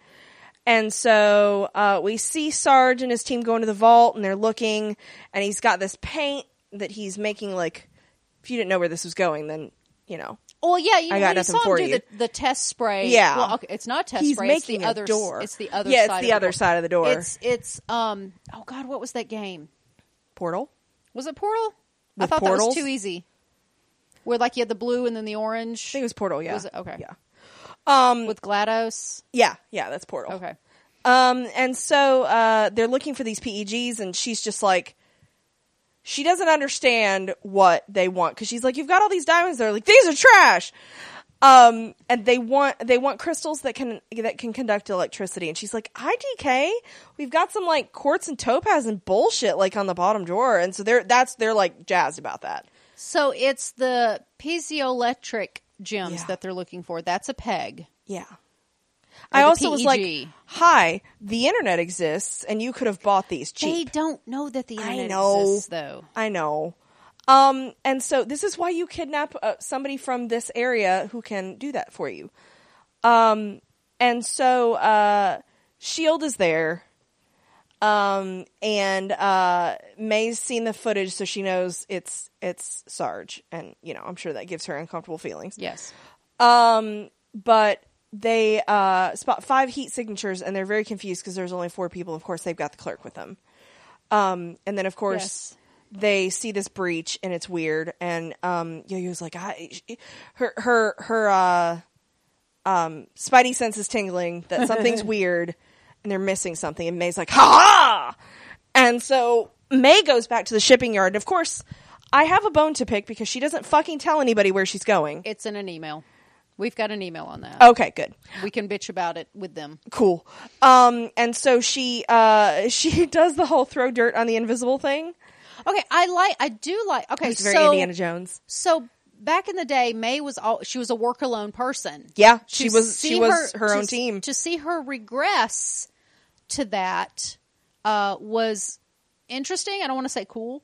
S1: and so uh, we see Sarge and his team go into the vault, and they're looking, and he's got this paint that he's making. Like, if you didn't know where this was going, then you know
S2: Well, yeah, you,
S1: I got
S2: know, when you
S1: nothing
S2: saw him
S1: for
S2: do
S1: you.
S2: The, the test spray.
S1: Yeah.
S2: Well, okay, it's not a test
S1: he's
S2: spray.
S1: making
S2: it's the other
S1: a
S2: s-
S1: door.
S2: It's the other.
S1: yeah,
S2: side
S1: it's
S2: of
S1: the other
S2: door.
S1: side of the door.
S2: It's it's um. Oh God, what was that game?
S1: portal.
S2: Was it Portal? I
S1: With
S2: thought
S1: portals?
S2: that was too easy. Where like you had the blue and then the
S1: I
S2: orange
S1: think it was portal. Yeah.
S2: Was it? Okay.
S1: Yeah. Um.
S2: with Glados.
S1: yeah. Yeah. That's portal.
S2: Okay.
S1: Um, and so uh, they're looking for these PEGs, and she's just like, she doesn't understand what they want because she's like, "You've got all these diamonds." They're like, "These are trash." Um, and they want they want crystals that can that can conduct electricity, and she's like, "IDK, we've got some like quartz and topaz and bullshit like on the bottom drawer," and so they're that's they're like jazzed about that.
S2: So it's the piezoelectric gems
S1: Yeah.
S2: that they're looking for. That's a peg.
S1: Yeah. I
S2: the
S1: also was like,
S2: PEG.
S1: "Hi, the internet exists, and you could have bought these cheap."
S2: They don't know that the internet
S1: know.
S2: exists, though.
S1: I know. Um, and so this is why you kidnap uh, somebody from this area who can do that for you. Um, and so uh, Shield is there. Um, and uh, May's seen the footage, so she knows it's it's Sarge, and you know I'm sure that gives her uncomfortable feelings.
S2: Yes.
S1: Um, but they uh, spot five heat signatures, and they're very confused because there's only four people. Of course, they've got the clerk with them. Um, and then of course
S2: Yes.
S1: they see this breach, and it's weird. And um, Yo-Yo's like, I, she- her her her uh, um, Spidey sense is tingling that something's weird, and they're missing something. And May's like, ha ha! And so May goes back to the shipping yard. And of course, I have a bone to pick because she doesn't fucking tell anybody where she's going.
S2: It's in an email. We've got an email on that.
S1: Okay, good.
S2: We can bitch about it with them.
S1: cool. Um, and so she uh, she does the whole throw dirt on the invisible thing.
S2: Okay, I like. I do like. Okay,
S1: It's very
S2: so
S1: Indiana Jones.
S2: so back in the day, May was all she was a work alone person.
S1: Yeah,
S2: To
S1: she was she
S2: see
S1: was her,
S2: to
S1: own
S2: s-
S1: team.
S2: To see her regress to that uh, was interesting. I don't want to say cool.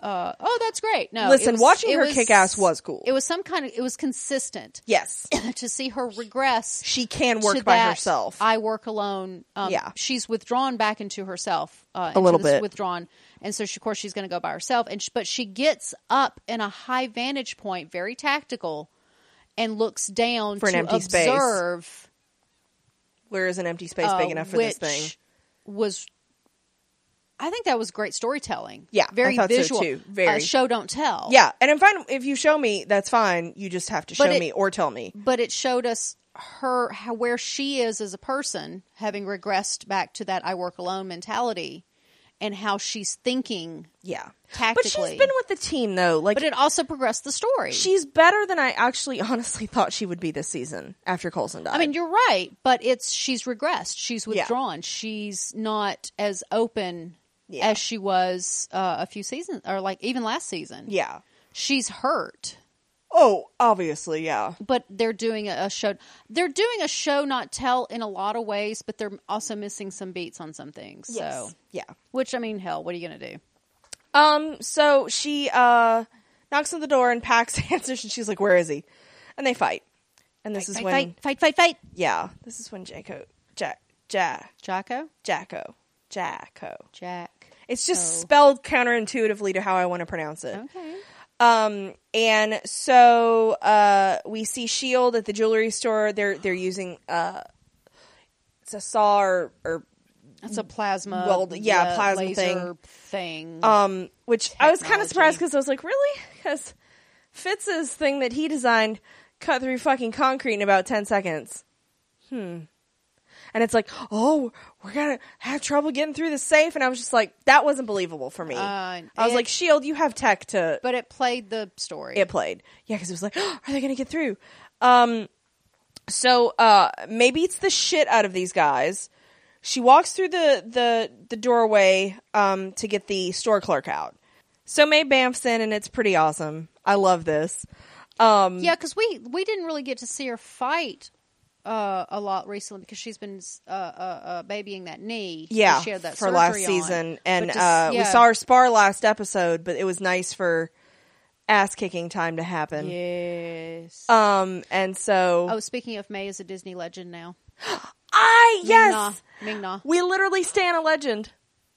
S2: Uh, oh, that's great. No, it
S1: Listen,
S2: was-
S1: watching
S2: it
S1: her kick ass was cool.
S2: It was some kind of. It was consistent
S1: yes,
S2: to see her regress.
S1: she can
S2: to
S1: work by
S2: that,
S1: herself.
S2: I work alone. Um,
S1: Yeah.
S2: she's withdrawn back into herself uh,
S1: A
S2: into
S1: little
S2: this
S1: bit.
S2: withdrawn, and so she, of course she's going to go by herself. And sh but she gets up in a high vantage point, very tactical, and looks down
S1: For an
S2: to
S1: empty space.
S2: observe.
S1: Where is an empty space
S2: uh,
S1: big enough for this
S2: which
S1: thing?
S2: Was I think that was great storytelling.
S1: Yeah, I
S2: very
S1: thought so,
S2: visual.
S1: too. Very.
S2: uh, show don't tell.
S1: Yeah, and I'm fine if you show me. That's fine. You just have to show
S2: But it-
S1: me or tell me.
S2: but it showed us her how, where she is as a person, having regressed back to that "I work alone" mentality, and how she's thinking.
S1: Yeah, but
S2: Tactically.
S1: she's been with the team though. Like
S2: But it also progressed the story.
S1: she's better than I actually honestly thought she would be this season after Colson died.
S2: I mean, you're right, but it's she's regressed. She's
S1: Yeah.
S2: withdrawn. She's not as open
S1: Yeah.
S2: as she was uh, a few seasons, or like even last season.
S1: yeah.
S2: she's hurt.
S1: Oh, obviously, yeah.
S2: but they're doing a, a show they're doing a show not tell in a lot of ways but they're also missing some beats on some things so
S1: yeah.
S2: which i mean hell what are you gonna do
S1: Um, so she uh knocks on the door and Pax answers, and she's like, "Where is he?" And they fight. And this is
S2: fight,
S1: when,
S2: fight fight fight fight
S1: yeah, this is when Jaco, Jack, Jack,
S2: jocko
S1: Jacko, Jacko.
S2: jack
S1: It's just
S2: Oh.
S1: spelled counterintuitively to how I want to pronounce it.
S2: okay
S1: Um, and so uh, we see Shield at the jewelry store. They're they're using uh, it's a saw or, or
S2: that's a plasma
S1: Weld- yeah, plasma
S2: laser thing
S1: um, which I was kind of
S2: Technology.
S1: surprised because I was like, really? Because Fitz's thing that he designed cut through fucking concrete in about ten seconds. Hmm. And it's like, oh, we're gonna have trouble getting through the safe. And I was just like, that wasn't believable for me.
S2: Uh,
S1: I was
S2: it-
S1: like, Shield, you have tech to
S2: but it played the story
S1: it played. Yeah, because it was like, are they going to get through? Um, so uh, maybe it's the shit out of these guys. She walks through the the the doorway um, to get the store clerk out. So Mae Bamf's in, and it's pretty awesome. I love this. Um,
S2: yeah because we we didn't really get to see her fight uh, a lot recently because she's been uh, uh, uh, babying that knee. that
S1: yeah,
S2: she had that
S1: for last
S2: surgery on.
S1: season,
S2: But
S1: and
S2: to s-
S1: uh, we
S2: yeah.
S1: saw her spar last episode, but it was nice for ass kicking time to happen.
S2: Yes.
S1: Um, and so
S2: Oh, speaking of May is a Disney legend now.
S1: I yes,
S2: Ming Na.
S1: we literally stand a legend,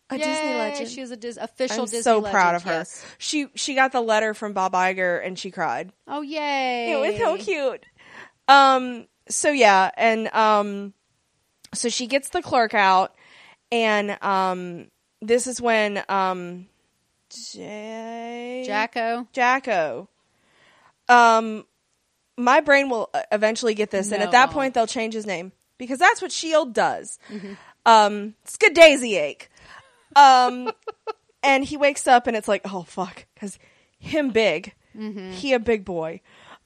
S1: a Disney
S2: Yay,
S1: legend.
S2: She is a Dis- official
S1: I'm
S2: Disney
S1: so
S2: legend.
S1: proud of her.
S2: yes.
S1: She she got the letter from Bob Iger and she cried.
S2: Oh yay!
S1: It was so cute. Um so yeah, and um so she gets the clerk out and um this is when um Jay
S2: Jacko.
S1: Jacko um my brain will uh, eventually get this and
S2: No,
S1: at
S2: it
S1: that
S2: won't. Mm-hmm.
S1: point they'll change his name because that's what Shield E does. Um Skadaisy ache. Um and he wakes up and it's like, oh fuck, because him big,
S2: Mm-hmm.
S1: he a big boy.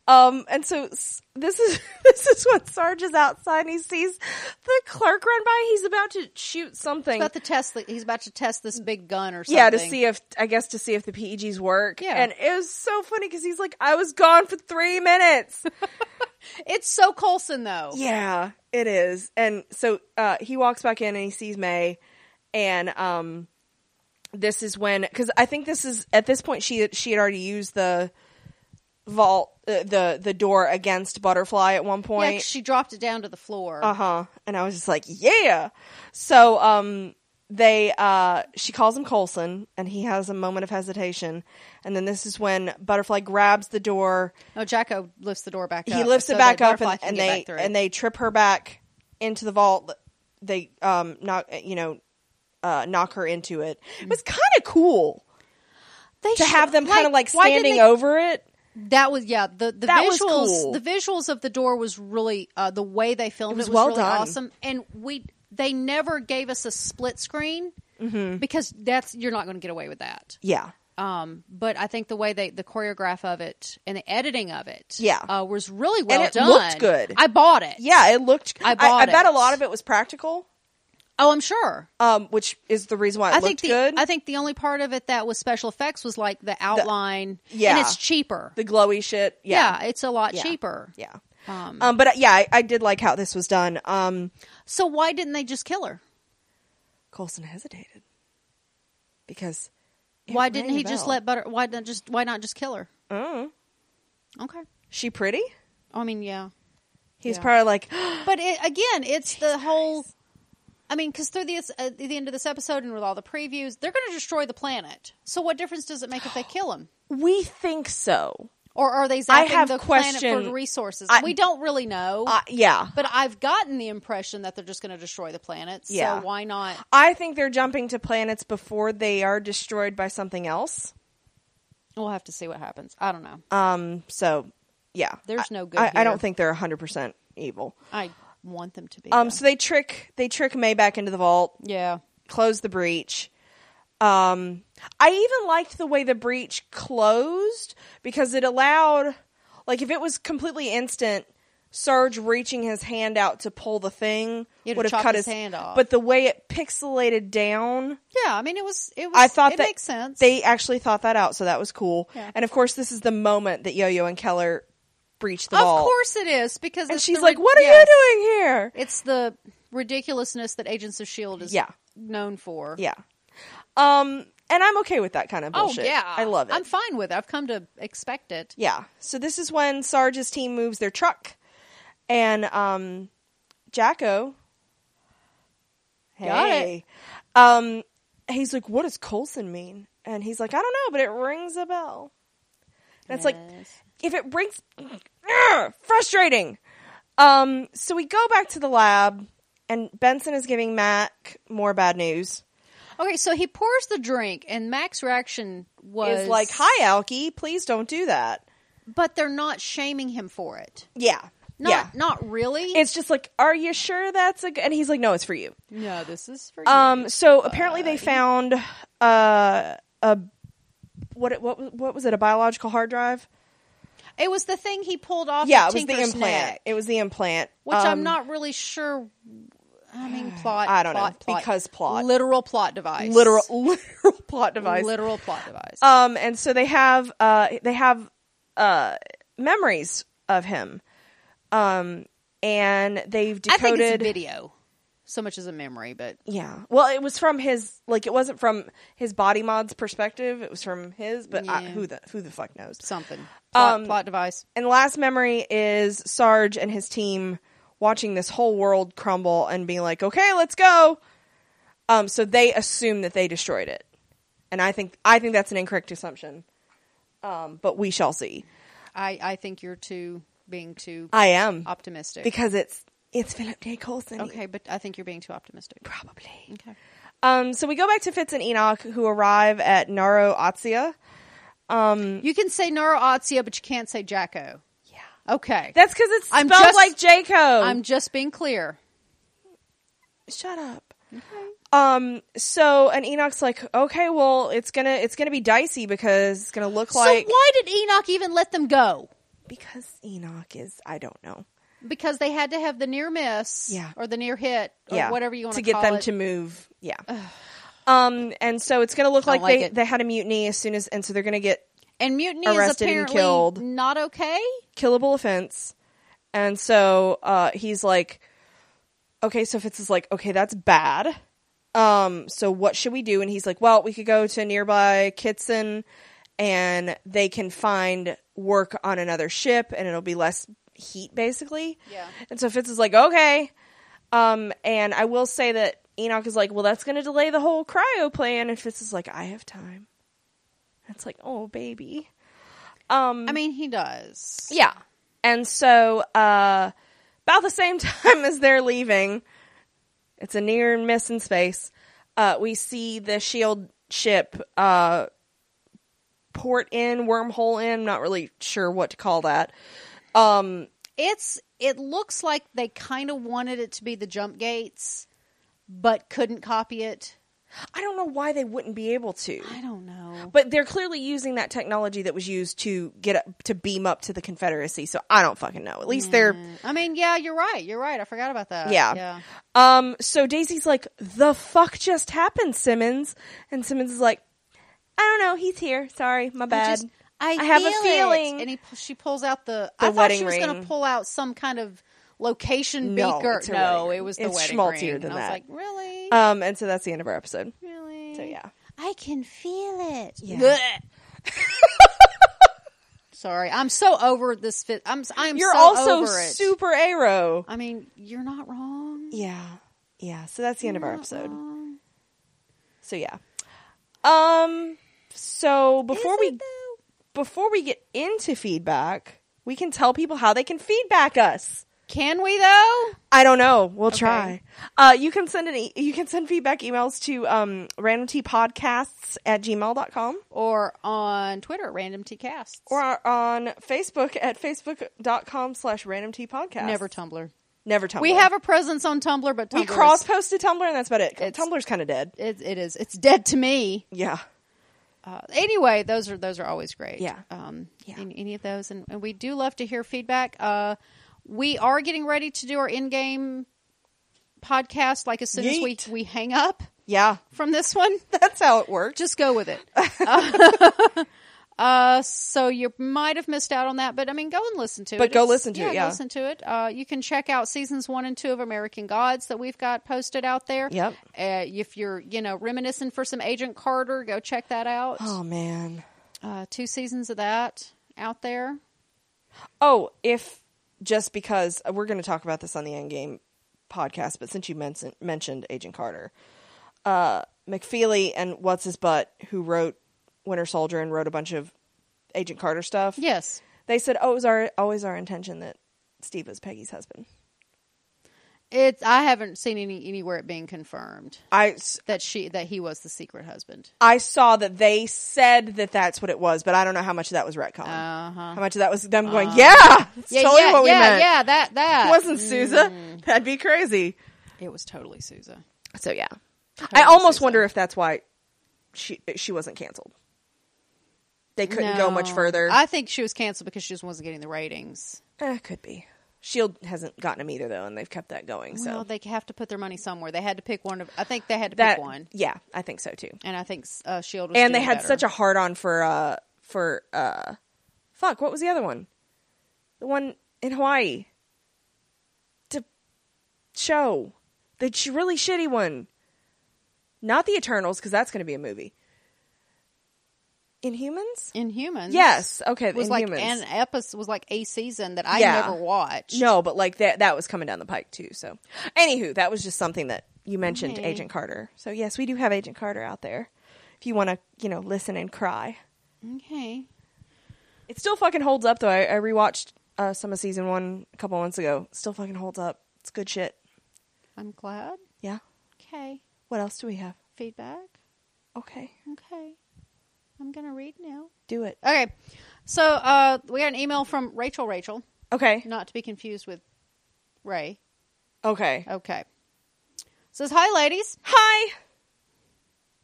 S1: Um, and so s- this is this is when Sarge is outside and he sees the clerk run by. He's about to shoot something.
S2: About to test. The, he's about to test this big gun or something.
S1: Yeah, to see if I guess to see if the PEGs work.
S2: Yeah.
S1: and it was so funny because he's like, "I was gone for three minutes."
S2: It's so Colson though.
S1: yeah, it is. And so uh, he walks back in and he sees May, and um, this is when because I think this is at this point she she had already used the vault uh, the the door against Butterfly at one
S2: Yeah,
S1: point.
S2: 'cause she dropped it down to the floor.
S1: Uh huh. And I was just like, yeah. So um, they uh, she calls him Colson, and he has a moment of hesitation, and then this is when Butterfly grabs the door.
S2: no, Jacko lifts the door back up.
S1: he lifts
S2: so
S1: it back
S2: that
S1: up,
S2: Butterfly
S1: and,
S2: can
S1: and
S2: get
S1: they
S2: back through.
S1: and they trip her back into the vault. They um knock you know uh, knock her into it. It was kind of cool
S2: They
S1: to
S2: should-
S1: have them kind of like
S2: why didn't
S1: standing
S2: they-
S1: over it.
S2: That was yeah. The the
S1: That was
S2: visuals
S1: cool.
S2: the visuals of the door was really uh, the way they filmed it
S1: was
S2: was,
S1: well
S2: really
S1: done.
S2: awesome. And we they never gave us a split screen
S1: Mm-hmm.
S2: because that's you're not going to get away with that.
S1: Yeah.
S2: Um, but I think the way they the choreograph of it and the editing of it
S1: Yeah.
S2: uh, was really well
S1: it
S2: done.
S1: looked good.
S2: I bought it.
S1: Yeah, it looked.
S2: I
S1: I,
S2: bought
S1: bet a
S2: it.
S1: lot of it was practical,
S2: Oh, I'm sure.
S1: um, which is the reason why it
S2: I
S1: looked
S2: think the
S1: good.
S2: I think the only part of it that was special effects was like the outline.
S1: yeah.
S2: and it's cheaper.
S1: the glowy shit.
S2: yeah. it's a lot
S1: Yeah.
S2: cheaper.
S1: Yeah.
S2: Um,
S1: Um, but uh, yeah, I, I did like how this was done. Um,
S2: so why didn't they just kill her?
S1: Colson hesitated because it
S2: Why
S1: rang
S2: didn't
S1: a
S2: he just
S1: bell.
S2: let Butter? Why not just? Why not just kill her?
S1: Mm.
S2: Okay.
S1: She pretty.
S2: I mean, yeah.
S1: He's
S2: Yeah.
S1: probably like,
S2: But it, again, it's the whole. I mean, because through the uh, the end of this episode and with all the previews, they're going to destroy the planet. So what difference does it make if they kill him?
S1: we think so.
S2: Or are they zapping
S1: I have
S2: the planet
S1: question-
S2: for resources?
S1: I-
S2: we don't really know.
S1: Uh, yeah.
S2: but I've gotten the impression that they're just going to destroy the planet.
S1: Yeah.
S2: So why not?
S1: I think they're jumping to planets before they are destroyed by something else.
S2: We'll have to see what happens. I don't know.
S1: Um, so yeah,
S2: There's
S1: I-
S2: no good
S1: I, I
S2: here.
S1: don't think they're hundred percent evil.
S2: I want them to be.
S1: Um,
S2: though.
S1: so they trick they trick May back into the vault,
S2: yeah.
S1: close the breach. Um, I even liked the way the breach closed because it allowed, like, if it was completely instant, Serge reaching his hand out to pull the thing
S2: It'd
S1: would have
S2: chop
S1: cut
S2: his hand off.
S1: But the way it pixelated down,
S2: Yeah. I mean, it was. It was.
S1: I thought
S2: it
S1: that
S2: makes sense.
S1: They actually thought that out, so that was cool.
S2: Yeah.
S1: And of course, this is the moment that Yo-Yo and Keller breach the
S2: of
S1: vault.
S2: course it is because
S1: and
S2: it's
S1: she's
S2: the
S1: like,
S2: ri-
S1: "What are
S2: yes.
S1: you doing here?"
S2: It's the ridiculousness that Agents of Shield E is
S1: Yeah.
S2: known for.
S1: Yeah. Um, and I'm okay with that kind of
S2: Oh
S1: bullshit.
S2: yeah,
S1: I love it.
S2: I'm fine with it. I've come to expect it.
S1: Yeah. So this is when Sarge's team moves their truck, and um, Jacko.
S2: Got it.
S1: Hey. Um, he's like, "What does Colson mean?" And he's like, "I don't know, but it rings a bell." And it's like,
S2: Yes.
S1: if it rings, Ugh, frustrating. Um, so we go back to the lab, and Benson is giving Mac more bad news.
S2: Okay, so he pours the drink, and Mac's reaction was
S1: Is like, "Hi, Alki, please don't do that."
S2: but they're not shaming him for it.
S1: Yeah.
S2: Not,
S1: yeah.
S2: not really.
S1: it's just like, are you sure that's a? G-? And he's like, no, it's for you.
S2: no, this is for
S1: Um, so apparently they found uh a what it- what was- what was it a biological hard drive?
S2: It was the thing he pulled off.
S1: Yeah,
S2: of
S1: it was the
S2: Tinker's
S1: implant.
S2: neck,
S1: It was the implant,
S2: which I'm
S1: Um,
S2: not really sure. I mean, plot.
S1: I don't know,
S2: plot, plot.
S1: because plot.
S2: literal plot device,
S1: literal literal plot device.
S2: literal plot device.
S1: Um, and so they have uh they have uh memories of him, um, and they've
S2: I
S1: decoded
S2: think it's video, so much as a memory, but
S1: Yeah. Well, it was from his like it wasn't from his body mod's perspective. It was from his, but I,
S2: Yeah.
S1: who the who the fuck knows?
S2: something plot,
S1: Um,
S2: plot device.
S1: And the last memory is Sarge and his team watching this whole world crumble and being like, "Okay, let's go." Um, so they assume that they destroyed it, and I think I think that's an incorrect assumption. Um, but we shall see.
S2: I I think you're too being too
S1: I am
S2: optimistic.
S1: because it's it's Philip J. Coulson.
S2: okay, but I think you're being too optimistic.
S1: probably.
S2: Okay.
S1: Um, so we go back to Fitz and Enoch, who arrive at Naro Atsia. Mm.
S2: You can say Neuroatsia, but you can't say Jacko.
S1: Yeah.
S2: Okay.
S1: That's because it's spelled
S2: I'm just-
S1: like Jacob.
S2: I'm just being clear.
S1: Shut up. Um. So, and Enoch's like, okay, well, it's gonna it's gonna be dicey because it's gonna look like
S2: so why did Enoch even let them go?
S1: because Enoch is I don't know.
S2: Because they had to have the near miss
S1: Yeah.
S2: or the near hit or
S1: yeah,
S2: whatever you want
S1: to
S2: to
S1: get
S2: call
S1: them
S2: it.
S1: to move. Yeah. um. And so it's gonna look
S2: I
S1: like,
S2: don't like
S1: they
S2: it.
S1: they had a mutiny as soon as and so they're gonna get
S2: and mutiny is
S1: arrested and
S2: apparently
S1: killed.
S2: not okay.
S1: killable offense. And so uh, he's like, okay, so Fitz is like, okay, that's bad. Um, so what should we do? And he's like, well, we could go to nearby Kitson and they can find work on another ship and it'll be less heat, basically.
S2: Yeah.
S1: And so Fitz is like, okay. Um, and I will say that Enoch is like, well, that's going to delay the whole cryo plan. And Fitz is like, I have time. It's like, oh, baby. Um,
S2: I mean, he does.
S1: yeah. And so, uh, about the same time as they're leaving, it's a near and miss in space. Uh, we see the shield E ship uh, port in, wormhole in. Not really sure what to call that. Um,
S2: It's it looks like they kind of wanted it to be the jump gates, but couldn't copy it.
S1: I don't know why they wouldn't be able to,
S2: I don't know.
S1: but they're clearly using that technology that was used to get up, to beam up to the Confederacy. So I don't fucking know. At least they're
S2: I mean, yeah, you're right. You're right. I forgot about that.
S1: Yeah.
S2: Yeah.
S1: Um, so Daisy's like, the fuck just happened, Simmons? And Simmons is like, I don't know, he's here. Sorry, my bad.
S2: I, just- I
S1: have a
S2: feel it.
S1: feeling.
S2: And he, pu- she pulls out the.
S1: The
S2: I thought she
S1: wedding
S2: was going
S1: ring.
S2: to pull out some kind of location
S1: No,
S2: beaker.
S1: it's a wedding
S2: no,
S1: ring.
S2: it was the
S1: It's
S2: wedding
S1: schmaltzier
S2: ring.
S1: than
S2: and I
S1: that.
S2: was like, really,
S1: um, and so that's the end of our episode.
S2: really.
S1: So yeah.
S2: I can feel it.
S1: Yeah.
S2: Blech. Sorry, I'm so over this. Fit. I'm. s- I'm.
S1: You're
S2: so
S1: also
S2: over it.
S1: super aero.
S2: I mean, you're not wrong.
S1: Yeah. Yeah. So that's the end of our
S2: Not
S1: episode.
S2: wrong.
S1: So yeah. Um so before
S2: Is
S1: we
S2: it, though?
S1: before we get into feedback, we can tell people how they can feedback us.
S2: Can we though?
S1: I don't know. We'll try. Uh, you can send an e- you can send feedback emails to um, randomtpodcasts at gmail.com
S2: Or on Twitter at Random Tea Casts.
S1: or on Facebook at facebook.com slash randomtpodcast.
S2: Never Tumblr.
S1: Never Tumblr.
S2: We have a presence on Tumblr, but Tumblr
S1: we
S2: is-
S1: cross posted Tumblr and that's about it.
S2: It's-
S1: Tumblr's kind of dead.
S2: it, it is. It's dead to me.
S1: Yeah.
S2: Uh, anyway, those are those are always great.
S1: Yeah.
S2: Um,
S1: Yeah.
S2: Any, any of those, and, and we do love to hear feedback. Uh, we are getting ready to do our in-game podcast. Like as soon as
S1: Yeet.
S2: we we hang up
S1: Yeah.
S2: from this one,
S1: That's how it works.
S2: just go with it. uh, so you might have missed out on that, but I mean, go and listen to it.
S1: But go
S2: It's-
S1: listen to it, yeah.
S2: listen to it. Uh, you can check out seasons one and two of American Gods that we've got posted out there.
S1: Yep.
S2: Uh, if you're, you know, reminiscing for some Agent Carter, go check that out.
S1: Oh man.
S2: Uh, two seasons of that out there.
S1: Oh, if just because uh, we're going to talk about this on the Endgame podcast, but since you mentioned mentioned Agent Carter, uh, McFeely and what's his butt who wrote Winter Soldier and wrote a bunch of Agent Carter stuff.
S2: Yes.
S1: they said, "Oh, it was our always our intention that Steve was Peggy's husband."
S2: It's. I haven't seen any anywhere it being confirmed
S1: I s-
S2: that she that he was the secret husband.
S1: I saw that they said that that's what it was, but I don't know how much of that was retcon.
S2: Uh-huh.
S1: How much of that was them going, "Yeah, that's
S2: Yeah,
S1: totally
S2: yeah,
S1: what we
S2: yeah,
S1: meant."
S2: yeah. Mm. That that
S1: It wasn't Sousa. That'd be crazy.
S2: It was totally Sousa.
S1: So yeah, I
S2: Totally
S1: almost
S2: Susan.
S1: wonder if that's why she she wasn't canceled. They couldn't go much
S2: No.
S1: further.
S2: I think she was canceled because she just wasn't getting the ratings.
S1: Eh, could be. Shield E hasn't gotten them either though, and they've kept that going. So
S2: Well, they have to put their money somewhere. They had to pick one of. I think they had to
S1: that
S2: pick one,
S1: yeah, I think so too.
S2: and I think uh, Shield. Was
S1: And they had such a hard on for uh for uh fuck what was the other one? The one in Hawaii. To show the ch- really shitty one. Not the Eternals because that's going to be a movie. Inhumans.
S2: in humans.
S1: Yes. Okay.
S2: it was
S1: in
S2: like
S1: humans.
S2: an episode was like a season that I
S1: Yeah.
S2: never watched.
S1: no, but like that that was coming down the pike too. So, anywho, that was just something that you mentioned,
S2: Okay.
S1: Agent Carter. So yes, we do have Agent Carter out there. If you want to, you know, listen and cry,
S2: Okay.
S1: it still fucking holds up. Though I, I rewatched uh, some of season one a couple months ago. Still fucking holds up. It's good shit.
S2: I'm glad.
S1: Yeah.
S2: Okay.
S1: What else do we have?
S2: Feedback.
S1: Okay,
S2: Okay. I'm gonna read now.
S1: do it.
S2: Okay. So uh, we got an email from Rachel. Rachel,
S1: Okay.
S2: not to be confused with Ray.
S1: Okay.
S2: Okay. Says hi, ladies.
S1: Hi.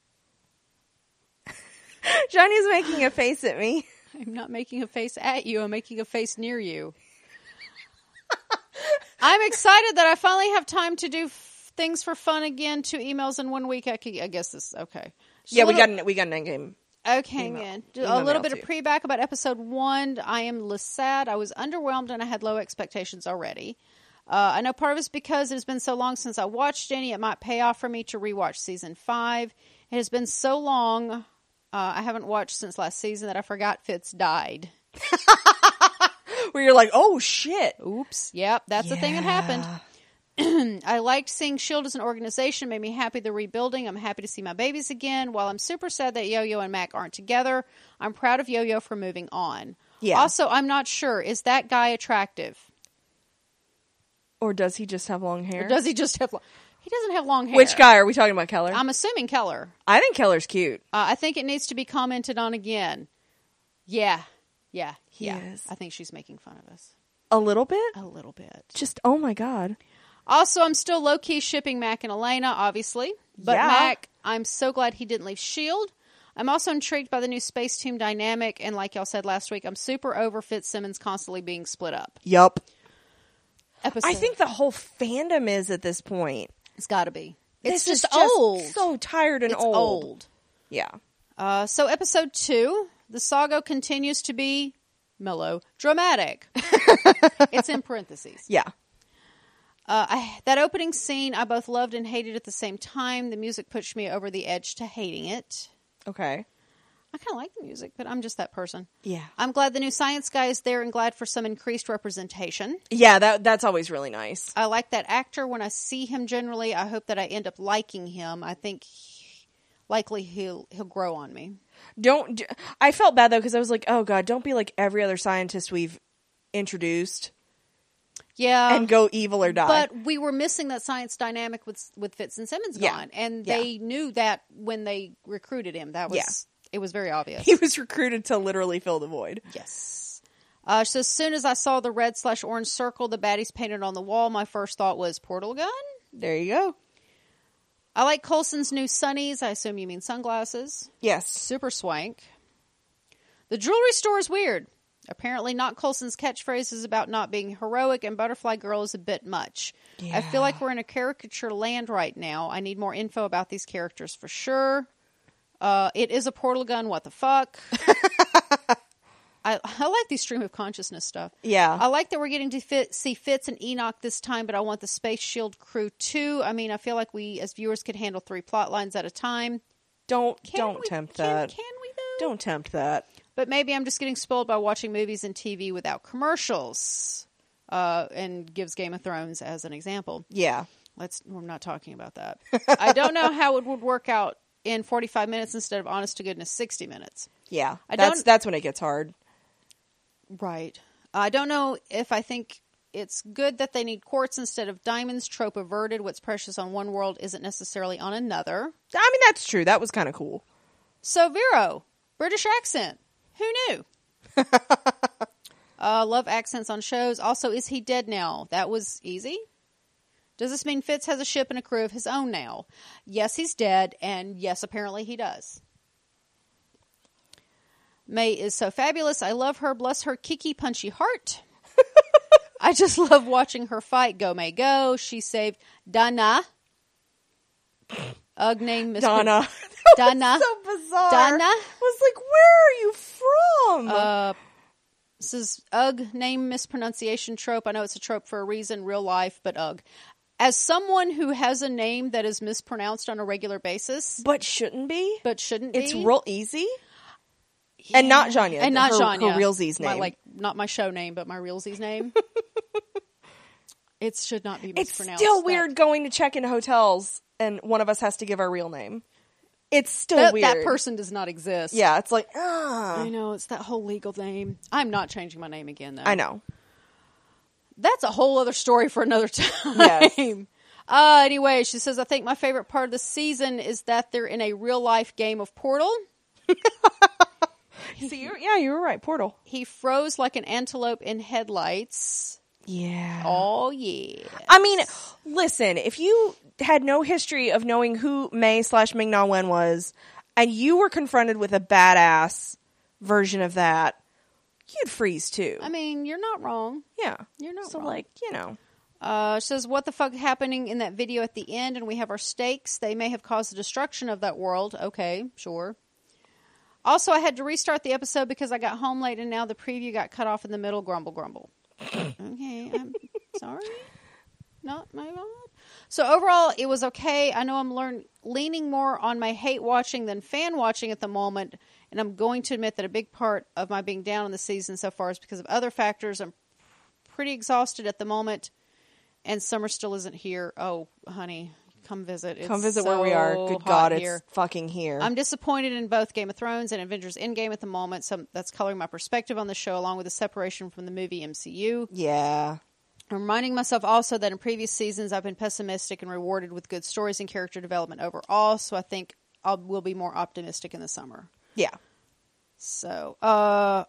S1: Johnny's making a face at me.
S2: I'm not making a face at you. I'm making a face near you. I'm excited that I finally have time to do f- things for fun again. Two emails in one week. I, could, I guess this okay. Just a
S1: Yeah, we
S2: little-
S1: got an, we got an endgame.
S2: Okay,
S1: Email-
S2: man.
S1: email
S2: A little
S1: mail
S2: bit
S1: too.
S2: of pre back about episode one. I am sad. I was underwhelmed and I had low expectations already. Uh, I know part of it's because it has been so long since I watched any. It might pay off for me to rewatch season five. It has been so long. Uh, I haven't watched since last season that I forgot Fitz died.
S1: Where you're like, oh shit.
S2: Oops. Yep, that's the thing that
S1: Yeah.
S2: happened. I liked seeing Shield as an organization. It made me happy they're rebuilding. I'm happy to see my babies again. While I'm super sad that Yo Yo and Mac aren't together, I'm proud of Yo Yo for moving on.
S1: Yeah.
S2: Also, I'm not sure is that guy attractive
S1: Or does he just have long hair?
S2: or does he just have? Long- he doesn't have long hair. Um,
S1: Which guy are we talking about, Keller? i
S2: I'm assuming Keller.
S1: think Keller's cute.
S2: Uh, I think it needs to be commented on again. Yeah. Yeah.
S1: He
S2: yeah.
S1: is.
S2: I think she's making fun of us
S1: A little bit?
S2: a little bit.
S1: Just, oh my God.
S2: Also, I'm still low key shipping Mac and Elena, obviously. But
S1: Yeah.
S2: Mac, I'm so glad he didn't leave S.H.I.E.L.D. E I'm also intrigued by the new space team dynamic. And like y'all said last week, I'm super over Fitzsimmons constantly being split up.
S1: Yup.
S2: Episode.
S1: I think the whole fandom is at this point.
S2: it's got to be. It's
S1: This is
S2: just, old.
S1: So tired and
S2: it's
S1: old.
S2: old.
S1: Yeah.
S2: Uh, so, episode two, the saga continues to be mellow, dramatic. it's in parentheses.
S1: Yeah.
S2: Uh, I, that opening scene, I both loved and hated at the same time. The music pushed me over the edge to hating it.
S1: Okay.
S2: I kind of like the music, but I'm just that person.
S1: Yeah.
S2: I'm glad the new science guy is there and glad for some increased representation.
S1: Yeah, that that's always really nice.
S2: I like that actor when I see him generally. I hope that I end up liking him. I think he- likely he'll he'll grow on me.
S1: Don't. d- I felt bad though because I was like, oh god, don't be like every other scientist we've introduced
S2: Yeah.
S1: and go evil or die.
S2: Uh, but we were missing that science dynamic with with Fitz and Simmons
S1: Yeah.
S2: gone, and
S1: Yeah.
S2: they knew that when they recruited him. That was
S1: Yeah.
S2: it was very obvious.
S1: he was recruited to literally fill the void.
S2: Yes. Uh, so as soon as I saw the red slash orange circle, the baddies painted on the wall, my first thought was portal gun.
S1: There you go.
S2: I like Colson's new sunnies. I assume you mean sunglasses.
S1: Yes.
S2: Super swank. The jewelry store is weird. Apparently, not Colson's catchphrase is about not being heroic, and Butterfly Girl is a bit much. I
S1: Yeah.
S2: feel like we're in a caricature land right now. I need more info about these characters for sure. Uh, it is a portal gun. What the fuck? I, I like these stream of consciousness stuff.
S1: Yeah.
S2: I like that we're getting to fit, see Fitz and Enoch this time, but I want the Space Shield crew too. I mean, I feel like we as viewers could handle three plot lines at a time.
S1: don't
S2: Can
S1: don't
S2: we-
S1: tempt
S2: can-
S1: that.
S2: Can we though?
S1: Don't tempt that.
S2: But maybe I'm just getting spoiled by watching movies and TV without commercials. Uh, and gives Game of Thrones as an example.
S1: Yeah.
S2: Let's. We're not talking about that. I don't know how it would work out in 45 minutes instead of honest to goodness 60 minutes.
S1: Yeah.
S2: I
S1: that's
S2: don't-
S1: that's when it gets hard.
S2: Right. I don't know if I think it's good that they need quartz instead of diamonds. Trope averted. What's precious on one world isn't necessarily on another.
S1: I mean, that's true. That was kind of cool.
S2: So Vero, British accent. Who knew? uh, love accents on shows. Also, is he dead now? That was easy. Does this mean Fitz has a ship and a crew of his own now? Yes, he's dead, and yes, apparently he does. May is so fabulous. I love her. Bless her kiki punchy heart. I just love watching her fight. Go May go. She saved Donna. Ug name Miss
S1: Donna.
S2: Donna.
S1: so bizarre.
S2: Donna?
S1: I was like, where are you from?
S2: Uh, this is ugh name mispronunciation trope. I know it's a trope for a reason, real life, but ugh. As someone who has a name that is mispronounced on a regular basis,
S1: but shouldn't be.
S2: but shouldn't
S1: It's
S2: be,
S1: real easy. And not Janya.
S2: and not
S1: her,
S2: Janya,
S1: Her realsies
S2: My,
S1: name.
S2: like not my show name, but my realsies name. it should not be
S1: it's
S2: mispronounced.
S1: still
S2: That-
S1: weird going to check into hotels and one of us has to give our real name. It's still
S2: That,
S1: weird.
S2: that person does not exist.
S1: Yeah, it's like, ah.
S2: I know it's that whole legal name. I'm not changing my name again though.
S1: I know.
S2: that's a whole other story for another time.
S1: Yes.
S2: Uh, anyway, she says, I think my favorite part of the season is that they're in a real life game of Portal.
S1: So you're, yeah, you were right. Portal.
S2: He froze like an antelope in headlights.
S1: Yeah.
S2: Oh, yeah.
S1: I mean, listen, if you had no history of knowing who May slash Ming Na Wen was, and you were confronted with a badass version of that, you'd freeze too.
S2: I mean, you're not wrong.
S1: yeah.
S2: You're not
S1: so
S2: wrong.
S1: like, you know.
S2: Uh, she says, What the fuck happening in that video at the end? And we have our stakes. They may have caused the destruction of that world. Okay, sure. Also, I had to restart the episode because I got home late and now the preview got cut off in the middle. Grumble, grumble. okay, I'm sorry. Not my fault. So overall, it was okay. I know I'm learn- leaning more on my hate watching than fan watching at the moment, and I'm going to admit that a big part of my being down on the season so far is because of other factors. I'm pretty exhausted at the moment, and summer still isn't here. Oh, honey, come visit. It's
S1: Come visit where we
S2: so
S1: are. Good
S2: hot
S1: God,
S2: here.
S1: it's fucking here.
S2: I'm disappointed in both Game of Thrones and Avengers Endgame at the moment, so that's coloring my perspective on the show, along with the separation from the movie MCU.
S1: yeah.
S2: I'm reminding myself also that in previous seasons I've been pessimistic and rewarded with good stories and character development overall, so I think I will be more optimistic in the summer.
S1: Yeah.
S2: So, uh,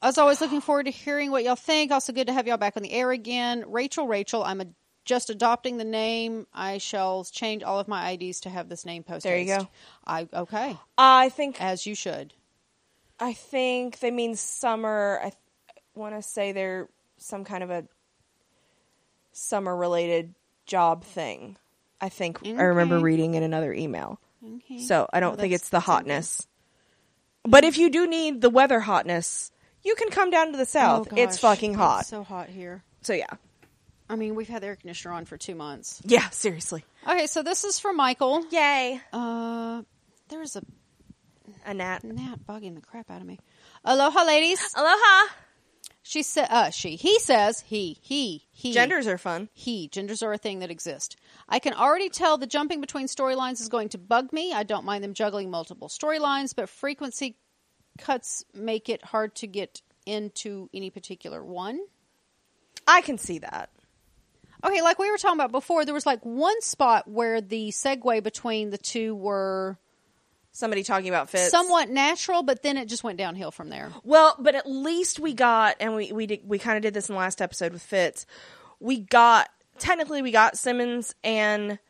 S2: as always, looking forward to hearing what y'all think. Also, good to have y'all back on the air again. Rachel, Rachel, I'm a, just adopting the name. I shall change all of my IDs to have this name post.
S1: There you
S2: haste.
S1: go.
S2: I okay,
S1: I think
S2: as you should.
S1: I think they mean summer. I want to say they're some kind of a summer related job thing. I think I remember
S2: Okay.
S1: reading in another email.
S2: Okay.
S1: So I don't
S2: Well,
S1: think
S2: that's-
S1: it's the hotness. But if you do need the weather hotness, you can come down to the
S2: Oh,
S1: south. it's
S2: gosh.
S1: fucking hot.
S2: It's so hot here.
S1: So yeah.
S2: I mean, we've had the air conditioner on for two months.
S1: Yeah, seriously.
S2: Okay, so this is from Michael.
S1: Yay.
S2: Uh, there's a
S1: A gnat.
S2: gnat bugging the crap out of me. Aloha, ladies.
S1: Aloha.
S2: She said, uh, she, he says, he, he, he.
S1: Genders are fun.
S2: He. Genders are a thing that exist. I can already tell the jumping between storylines is going to bug me. I don't mind them juggling multiple storylines, but frequency cuts make it hard to get into any particular one.
S1: I can see that.
S2: Okay, like we were talking about before, there was like one spot where the segue between the two were
S1: Somebody talking about fits.
S2: somewhat natural, but then it just went downhill from there.
S1: Well, but at least we got, and we we did, we kind of did this in the last episode with Fitz. We got technically we got Simmons and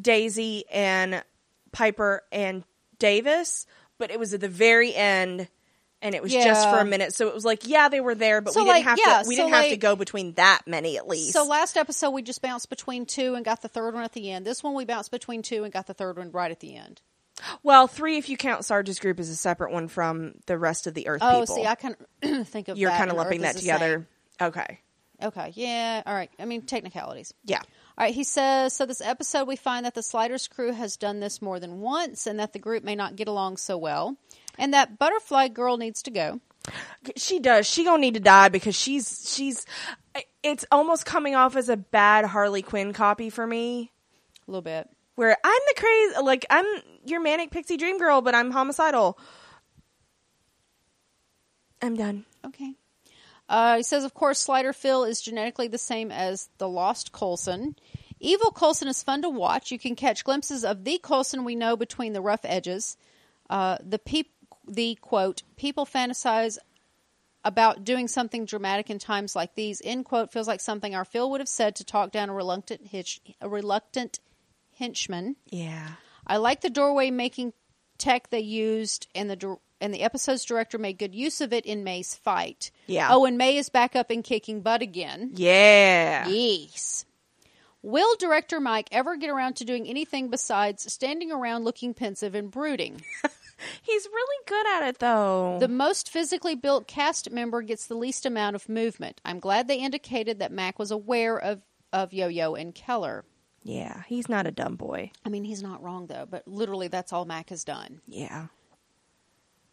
S1: Daisy and Piper and Davis, but it was at the very end, and it was just
S2: Yeah.
S1: for a minute. So it was like, yeah, they were there, but
S2: So,
S1: we didn't
S2: like,
S1: have
S2: yeah,
S1: to. We
S2: so,
S1: didn't have to
S2: like-
S1: go between that many at least.
S2: So last episode we just bounced between two and got the third one at the end. This one we bounced between two and got the third one right at the end.
S1: well, three if you count Sarge's group as a separate one from the rest of the Earth
S2: Oh,
S1: people.
S2: see, I kind of think of
S1: You're
S2: that
S1: kind of
S2: and
S1: lumping
S2: Earth
S1: that
S2: is the same.
S1: together. Okay.
S2: Okay, yeah, all right. I mean technicalities.
S1: Yeah.
S2: All right, he says so. This episode, we find that the Sliders crew has done this more than once, and that the group may not get along so well, and that Butterfly Girl needs to go.
S1: she does she gonna need to die because she's she's it's almost coming off as a bad harley quinn copy for me
S2: A little bit.
S1: where i'm the crazy like i'm your manic pixie dream girl but i'm homicidal i'm done
S2: Okay. Uh, he says, of course, Slider Phil is genetically the same as the lost Colson. Evil Colson is fun to watch. You can catch glimpses of the Colson we know between the rough edges. Uh, the peop- the quote people fantasize about doing something dramatic in times like these. End quote feels like something our Phil would have said to talk down a reluctant hitch- a reluctant henchman.
S1: yeah
S2: I like the doorway making tech they used, and the dir- and the episode's director made good use of it in May's fight.
S1: Yeah.
S2: Oh, and May is back up and kicking butt again.
S1: yeah
S2: Yes. Will director Mike ever get around to doing anything besides standing around looking pensive and brooding?
S1: he's really good at it though
S2: The most physically built cast member gets the least amount of movement. I'm glad they indicated that Mac was aware of, of Yo Yo and Keller.
S1: yeah he's not a dumb boy
S2: I mean, he's not wrong, though, but literally that's all Mac has done.
S1: yeah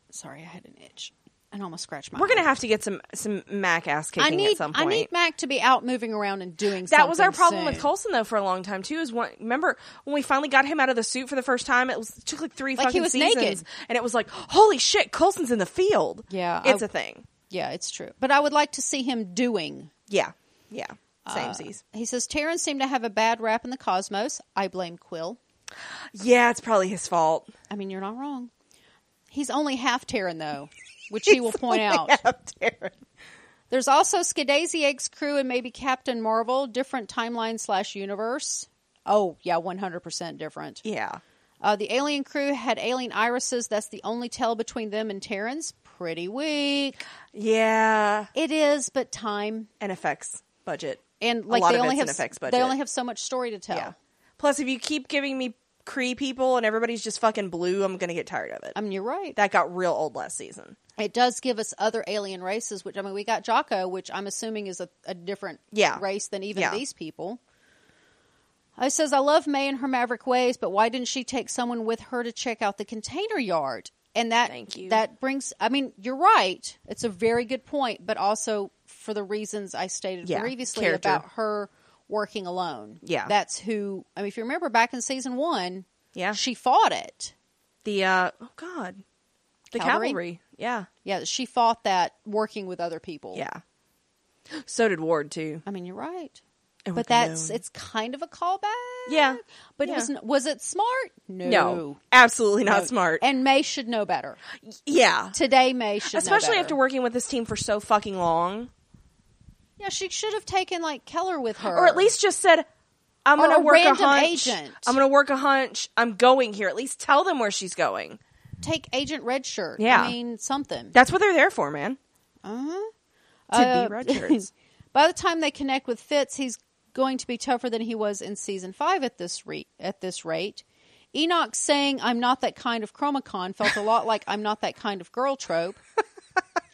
S2: Sorry, I had an itch. I almost scratched my.
S1: we're gonna
S2: eye.
S1: have to get some some mac ass kicking
S2: I need.
S1: at some point
S2: I need Mac to be out moving around and doing.
S1: That was our
S2: something
S1: problem with
S2: soon.
S1: Colson though for a long time too. Is one remember when we finally got him out of the suit for the first time? It was it took like three
S2: Like,
S1: fucking
S2: he was
S1: seasons,
S2: naked.
S1: and it was like, holy shit, Colson's in the field.
S2: Yeah,
S1: it's a
S2: I-
S1: thing.
S2: Yeah, it's true. But I would like to see him doing.
S1: Yeah, yeah,
S2: Uh,
S1: same seas.
S2: He says Terrence seemed to have a bad rap in the cosmos. I blame Quill.
S1: Yeah, it's probably his fault.
S2: I mean, you're not wrong. He's only half Terran though, which he will point out. There's also Skidasiak's crew and maybe Captain Marvel, different timeline slash universe. Oh yeah, 100 percent different.
S1: Yeah,
S2: Uh, the alien crew had alien irises. That's the only tell between them and Terrans. Pretty weak.
S1: yeah,
S2: It is, but time
S1: and effects budget
S2: and
S1: A
S2: like
S1: lot
S2: they
S1: of
S2: only
S1: it's
S2: have
S1: an effects budget.
S2: they only have so much story to tell.
S1: Yeah. Plus, if you keep giving me Cree people and everybody's just fucking blue, I'm gonna get tired of it.
S2: I mean, you're right.
S1: that got real old last season.
S2: it does give us other alien races, which I mean, we got Jocko, which I'm assuming is a, a different
S1: Yeah.
S2: race than even
S1: Yeah.
S2: these people. I says, I love May and her maverick ways, but why didn't she take someone with her to check out the container yard? And that
S1: Thank you.
S2: that brings. I mean, you're right. It's a very good point, but also for the reasons I stated
S1: Yeah,
S2: previously
S1: character.
S2: about her working alone.
S1: Yeah.
S2: that's who. I mean, if you remember back in season one,
S1: Yeah.
S2: she fought it.
S1: The uh, oh god, the
S2: Cavalry?
S1: cavalry. Yeah.
S2: Yeah, she fought that working with other people.
S1: Yeah. So did Ward too.
S2: I mean, you're right.
S1: And
S2: but
S1: with
S2: that's
S1: Malone.
S2: it's kind of a callback.
S1: Oh, Yeah.
S2: but
S1: Yeah.
S2: it was n- was it smart? No,
S1: no, absolutely not
S2: No.
S1: smart.
S2: And May should know better.
S1: yeah,
S2: Today, May should know
S1: especially
S2: better.
S1: after working with this team for so fucking long,
S2: Yeah, she should have taken like Keller with her,
S1: or at least just said, "I'm
S2: Or
S1: going to
S2: a
S1: work a
S2: random
S1: hunch.
S2: agent.
S1: I'm going to work a hunch. I'm going here." At least tell them where she's going.
S2: take Agent Redshirt.
S1: Yeah.
S2: I mean something.
S1: That's what they're there for, man.
S2: uh-huh.
S1: To be red shirts.
S2: by the time they connect with Fitz, he's going to be tougher than he was in season five at this re- at this rate. Enoch saying "I'm not that kind of chromacon" felt a lot like "I'm not that kind of girl" trope.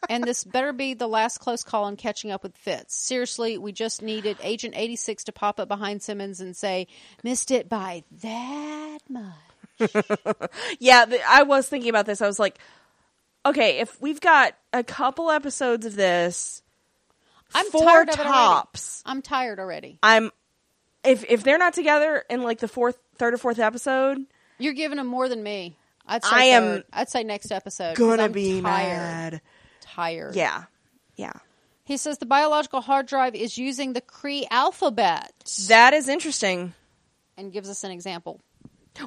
S2: and this better be the last close call on catching up with Fitz. Seriously, we just needed Agent 86 to pop up behind Simmons and say, "Missed it by that much."
S1: Yeah, th- I was thinking about this. I was like, okay, if we've got a couple episodes of this,
S2: I'm
S1: four
S2: tired of it already.
S1: tops.
S2: I'm tired already.
S1: I'm if if they're not together in like the fourth, third or fourth episode,
S2: You're giving them more than me. I'd say
S1: I am
S2: third. I'd say next episode. 'cause
S1: gonna
S2: I'm
S1: be
S2: tired.
S1: mad.
S2: Tired.
S1: Yeah, yeah.
S2: He says the biological hard drive is using the Cree alphabet
S1: That is interesting.
S2: and gives us an example.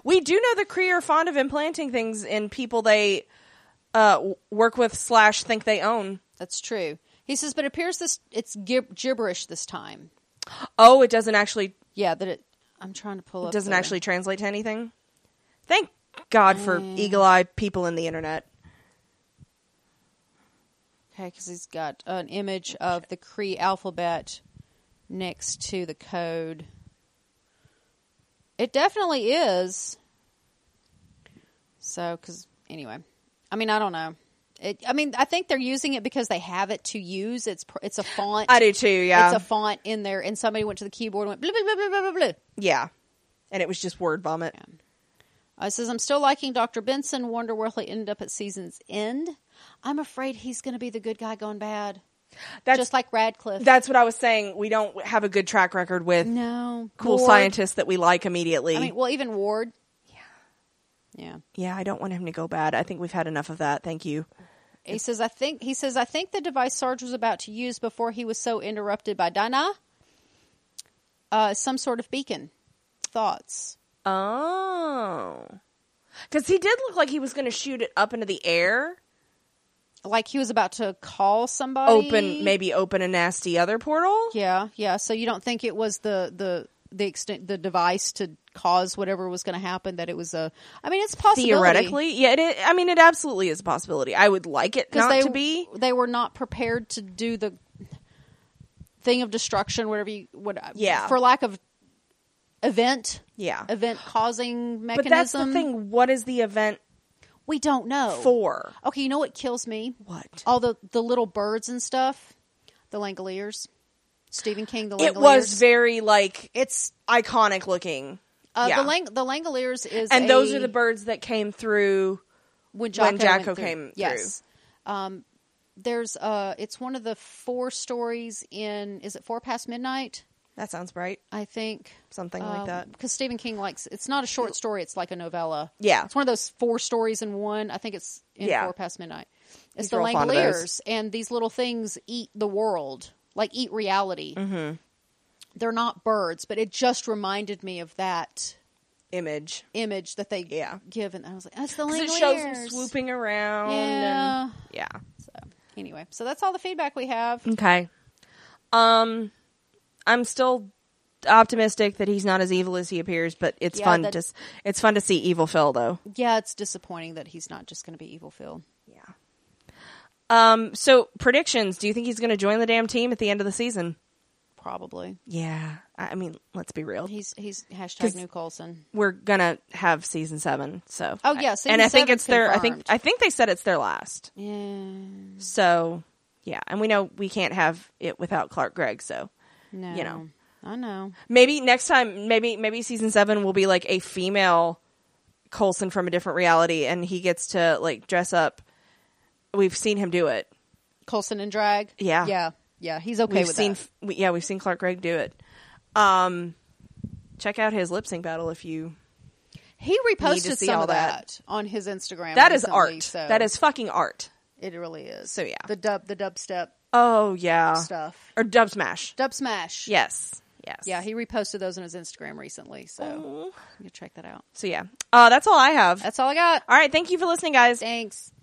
S1: We do know the Kree are fond of implanting things in people they uh, w- work with slash think they own.
S2: That's true. He says, but it appears this it's gib- gibberish this time.
S1: Oh, it doesn't actually
S2: Yeah, that it. I'm trying to pull
S1: it
S2: up.
S1: doesn't
S2: the-
S1: actually translate to anything. Thank God for
S2: Mm.
S1: eagle eye people in the internet.
S2: Okay, because he's got an image of the Cree alphabet next to the code. It definitely is. So, because anyway, I mean, I don't know. It, I mean, I think they're using it because they have it to use. It's pr- it's a font.
S1: I do too. Yeah,
S2: It's a font in there, and somebody went to the keyboard and went blah blah blah blah blah blah. blah.
S1: yeah, and it was just word vomit.
S2: Uh, it says, I'm still liking Dr. Benson. Wonder where he'll end up at season's end. I'm afraid he's going to be the good guy going bad.
S1: That's
S2: just like Radcliffe.
S1: that's what I was saying. We don't have a good track record with
S2: no.
S1: cool
S2: Ward.
S1: scientists that we like immediately.
S2: I mean, well, even Ward. Yeah.
S1: yeah, I don't want him to go bad. I think we've had enough of that. Thank you.
S2: Yeah. He says, I think, he says, I think the device Sarge was about to use before he was so interrupted by Dinah. Uh, some sort of beacon. Thoughts.
S1: Oh, because he did look like he was going to shoot it up into the air,
S2: Like he was about to call somebody.
S1: open maybe open a nasty other portal.
S2: Yeah, yeah. So you don't think it was the the the extent the device to cause whatever was going to happen? That it was a. I mean, it's possible
S1: Theoretically, yeah. It, i- I mean, it absolutely is a possibility. I would like it not
S2: they
S1: to be.
S2: they were not prepared to do the thing of destruction, whatever you what
S1: Yeah.
S2: for lack of event
S1: Yeah,
S2: event causing
S1: but
S2: mechanism.
S1: that's the thing. What is the event
S2: we don't know.
S1: for?
S2: Okay, you know what kills me?
S1: Oh. What?
S2: All the the little birds and stuff, the Langoliers, Stephen King, the Langoliers.
S1: It was very like
S2: It's
S1: iconic looking.
S2: uh,
S1: Yeah.
S2: the Lang- the Langoliers is
S1: and those
S2: a-
S1: are the birds that came through.
S2: when Jocko,
S1: when Jocko
S2: went through.
S1: came
S2: Yes. Um, there's uh, it's one of the four stories in is it Four Past Midnight?
S1: That sounds right.
S2: I think
S1: Something like that.
S2: because Stephen King likes it's not a short story; it's like a novella.
S1: Yeah.
S2: it's one of those four stories in one. I think it's in
S1: Yeah.
S2: Four Past Midnight. It's
S1: He's
S2: the
S1: real fond of those.
S2: Langoliers, and these little things eat the world, like eat reality. Mm-hmm. They're not birds, but it just reminded me of that
S1: Image.
S2: image that they
S1: Yeah.
S2: give, and I was like, "That's the
S1: 'Cause
S2: Langoliers."
S1: it shows them swooping around.
S2: Yeah.
S1: And, yeah.
S2: Anyway, so that's all the feedback we have.
S1: Okay. Um, I'm still optimistic that he's not as evil as he appears, but it's
S2: Yeah,
S1: fun
S2: that-
S1: to s- it's fun to see evil Phil though.
S2: Yeah, it's disappointing that he's not just going to be evil Phil.
S1: Yeah. Um. So predictions. Do you think he's going to join the damn team at the end of the season?
S2: Probably
S1: Yeah. I I mean, let's be real.
S2: he's he's hashtag
S1: 'Cause-
S2: new Colson.
S1: We're gonna have season seven. So.
S2: Oh, yeah,
S1: I-
S2: season
S1: and I think
S2: seven's
S1: it's their. I think
S2: confirmed.
S1: I think they said it's their last.
S2: Yeah,
S1: So. Yeah, and we know we can't have it without Clark Gregg. So.
S2: no,
S1: You know.
S2: I know.
S1: Maybe next time, maybe maybe season seven will be like a female Colson from a different reality, and he gets to like dress up. We've seen him do it.
S2: Colson and drag.
S1: Yeah.
S2: yeah, yeah. He's okay
S1: we've
S2: with
S1: seen,
S2: that.
S1: we- yeah, we've seen Clark Gregg do it. Um, check out his lip sync battle if you.
S2: He reposted
S1: see
S2: some
S1: all
S2: of that.
S1: that.
S2: on his Instagram.
S1: That is
S2: recently,
S1: art.
S2: So
S1: That is fucking art.
S2: it. Really is.
S1: So, yeah.
S2: the dub, the dubstep
S1: Oh yeah,
S2: stuff,
S1: or dub smash.
S2: dub smash.
S1: Yes, yes,
S2: yeah. He reposted those on his Instagram recently. So
S1: Oh.
S2: you can check that out.
S1: So yeah, uh, that's all I have.
S2: That's all I got.
S1: all right, thank you for listening, guys.
S2: Thanks.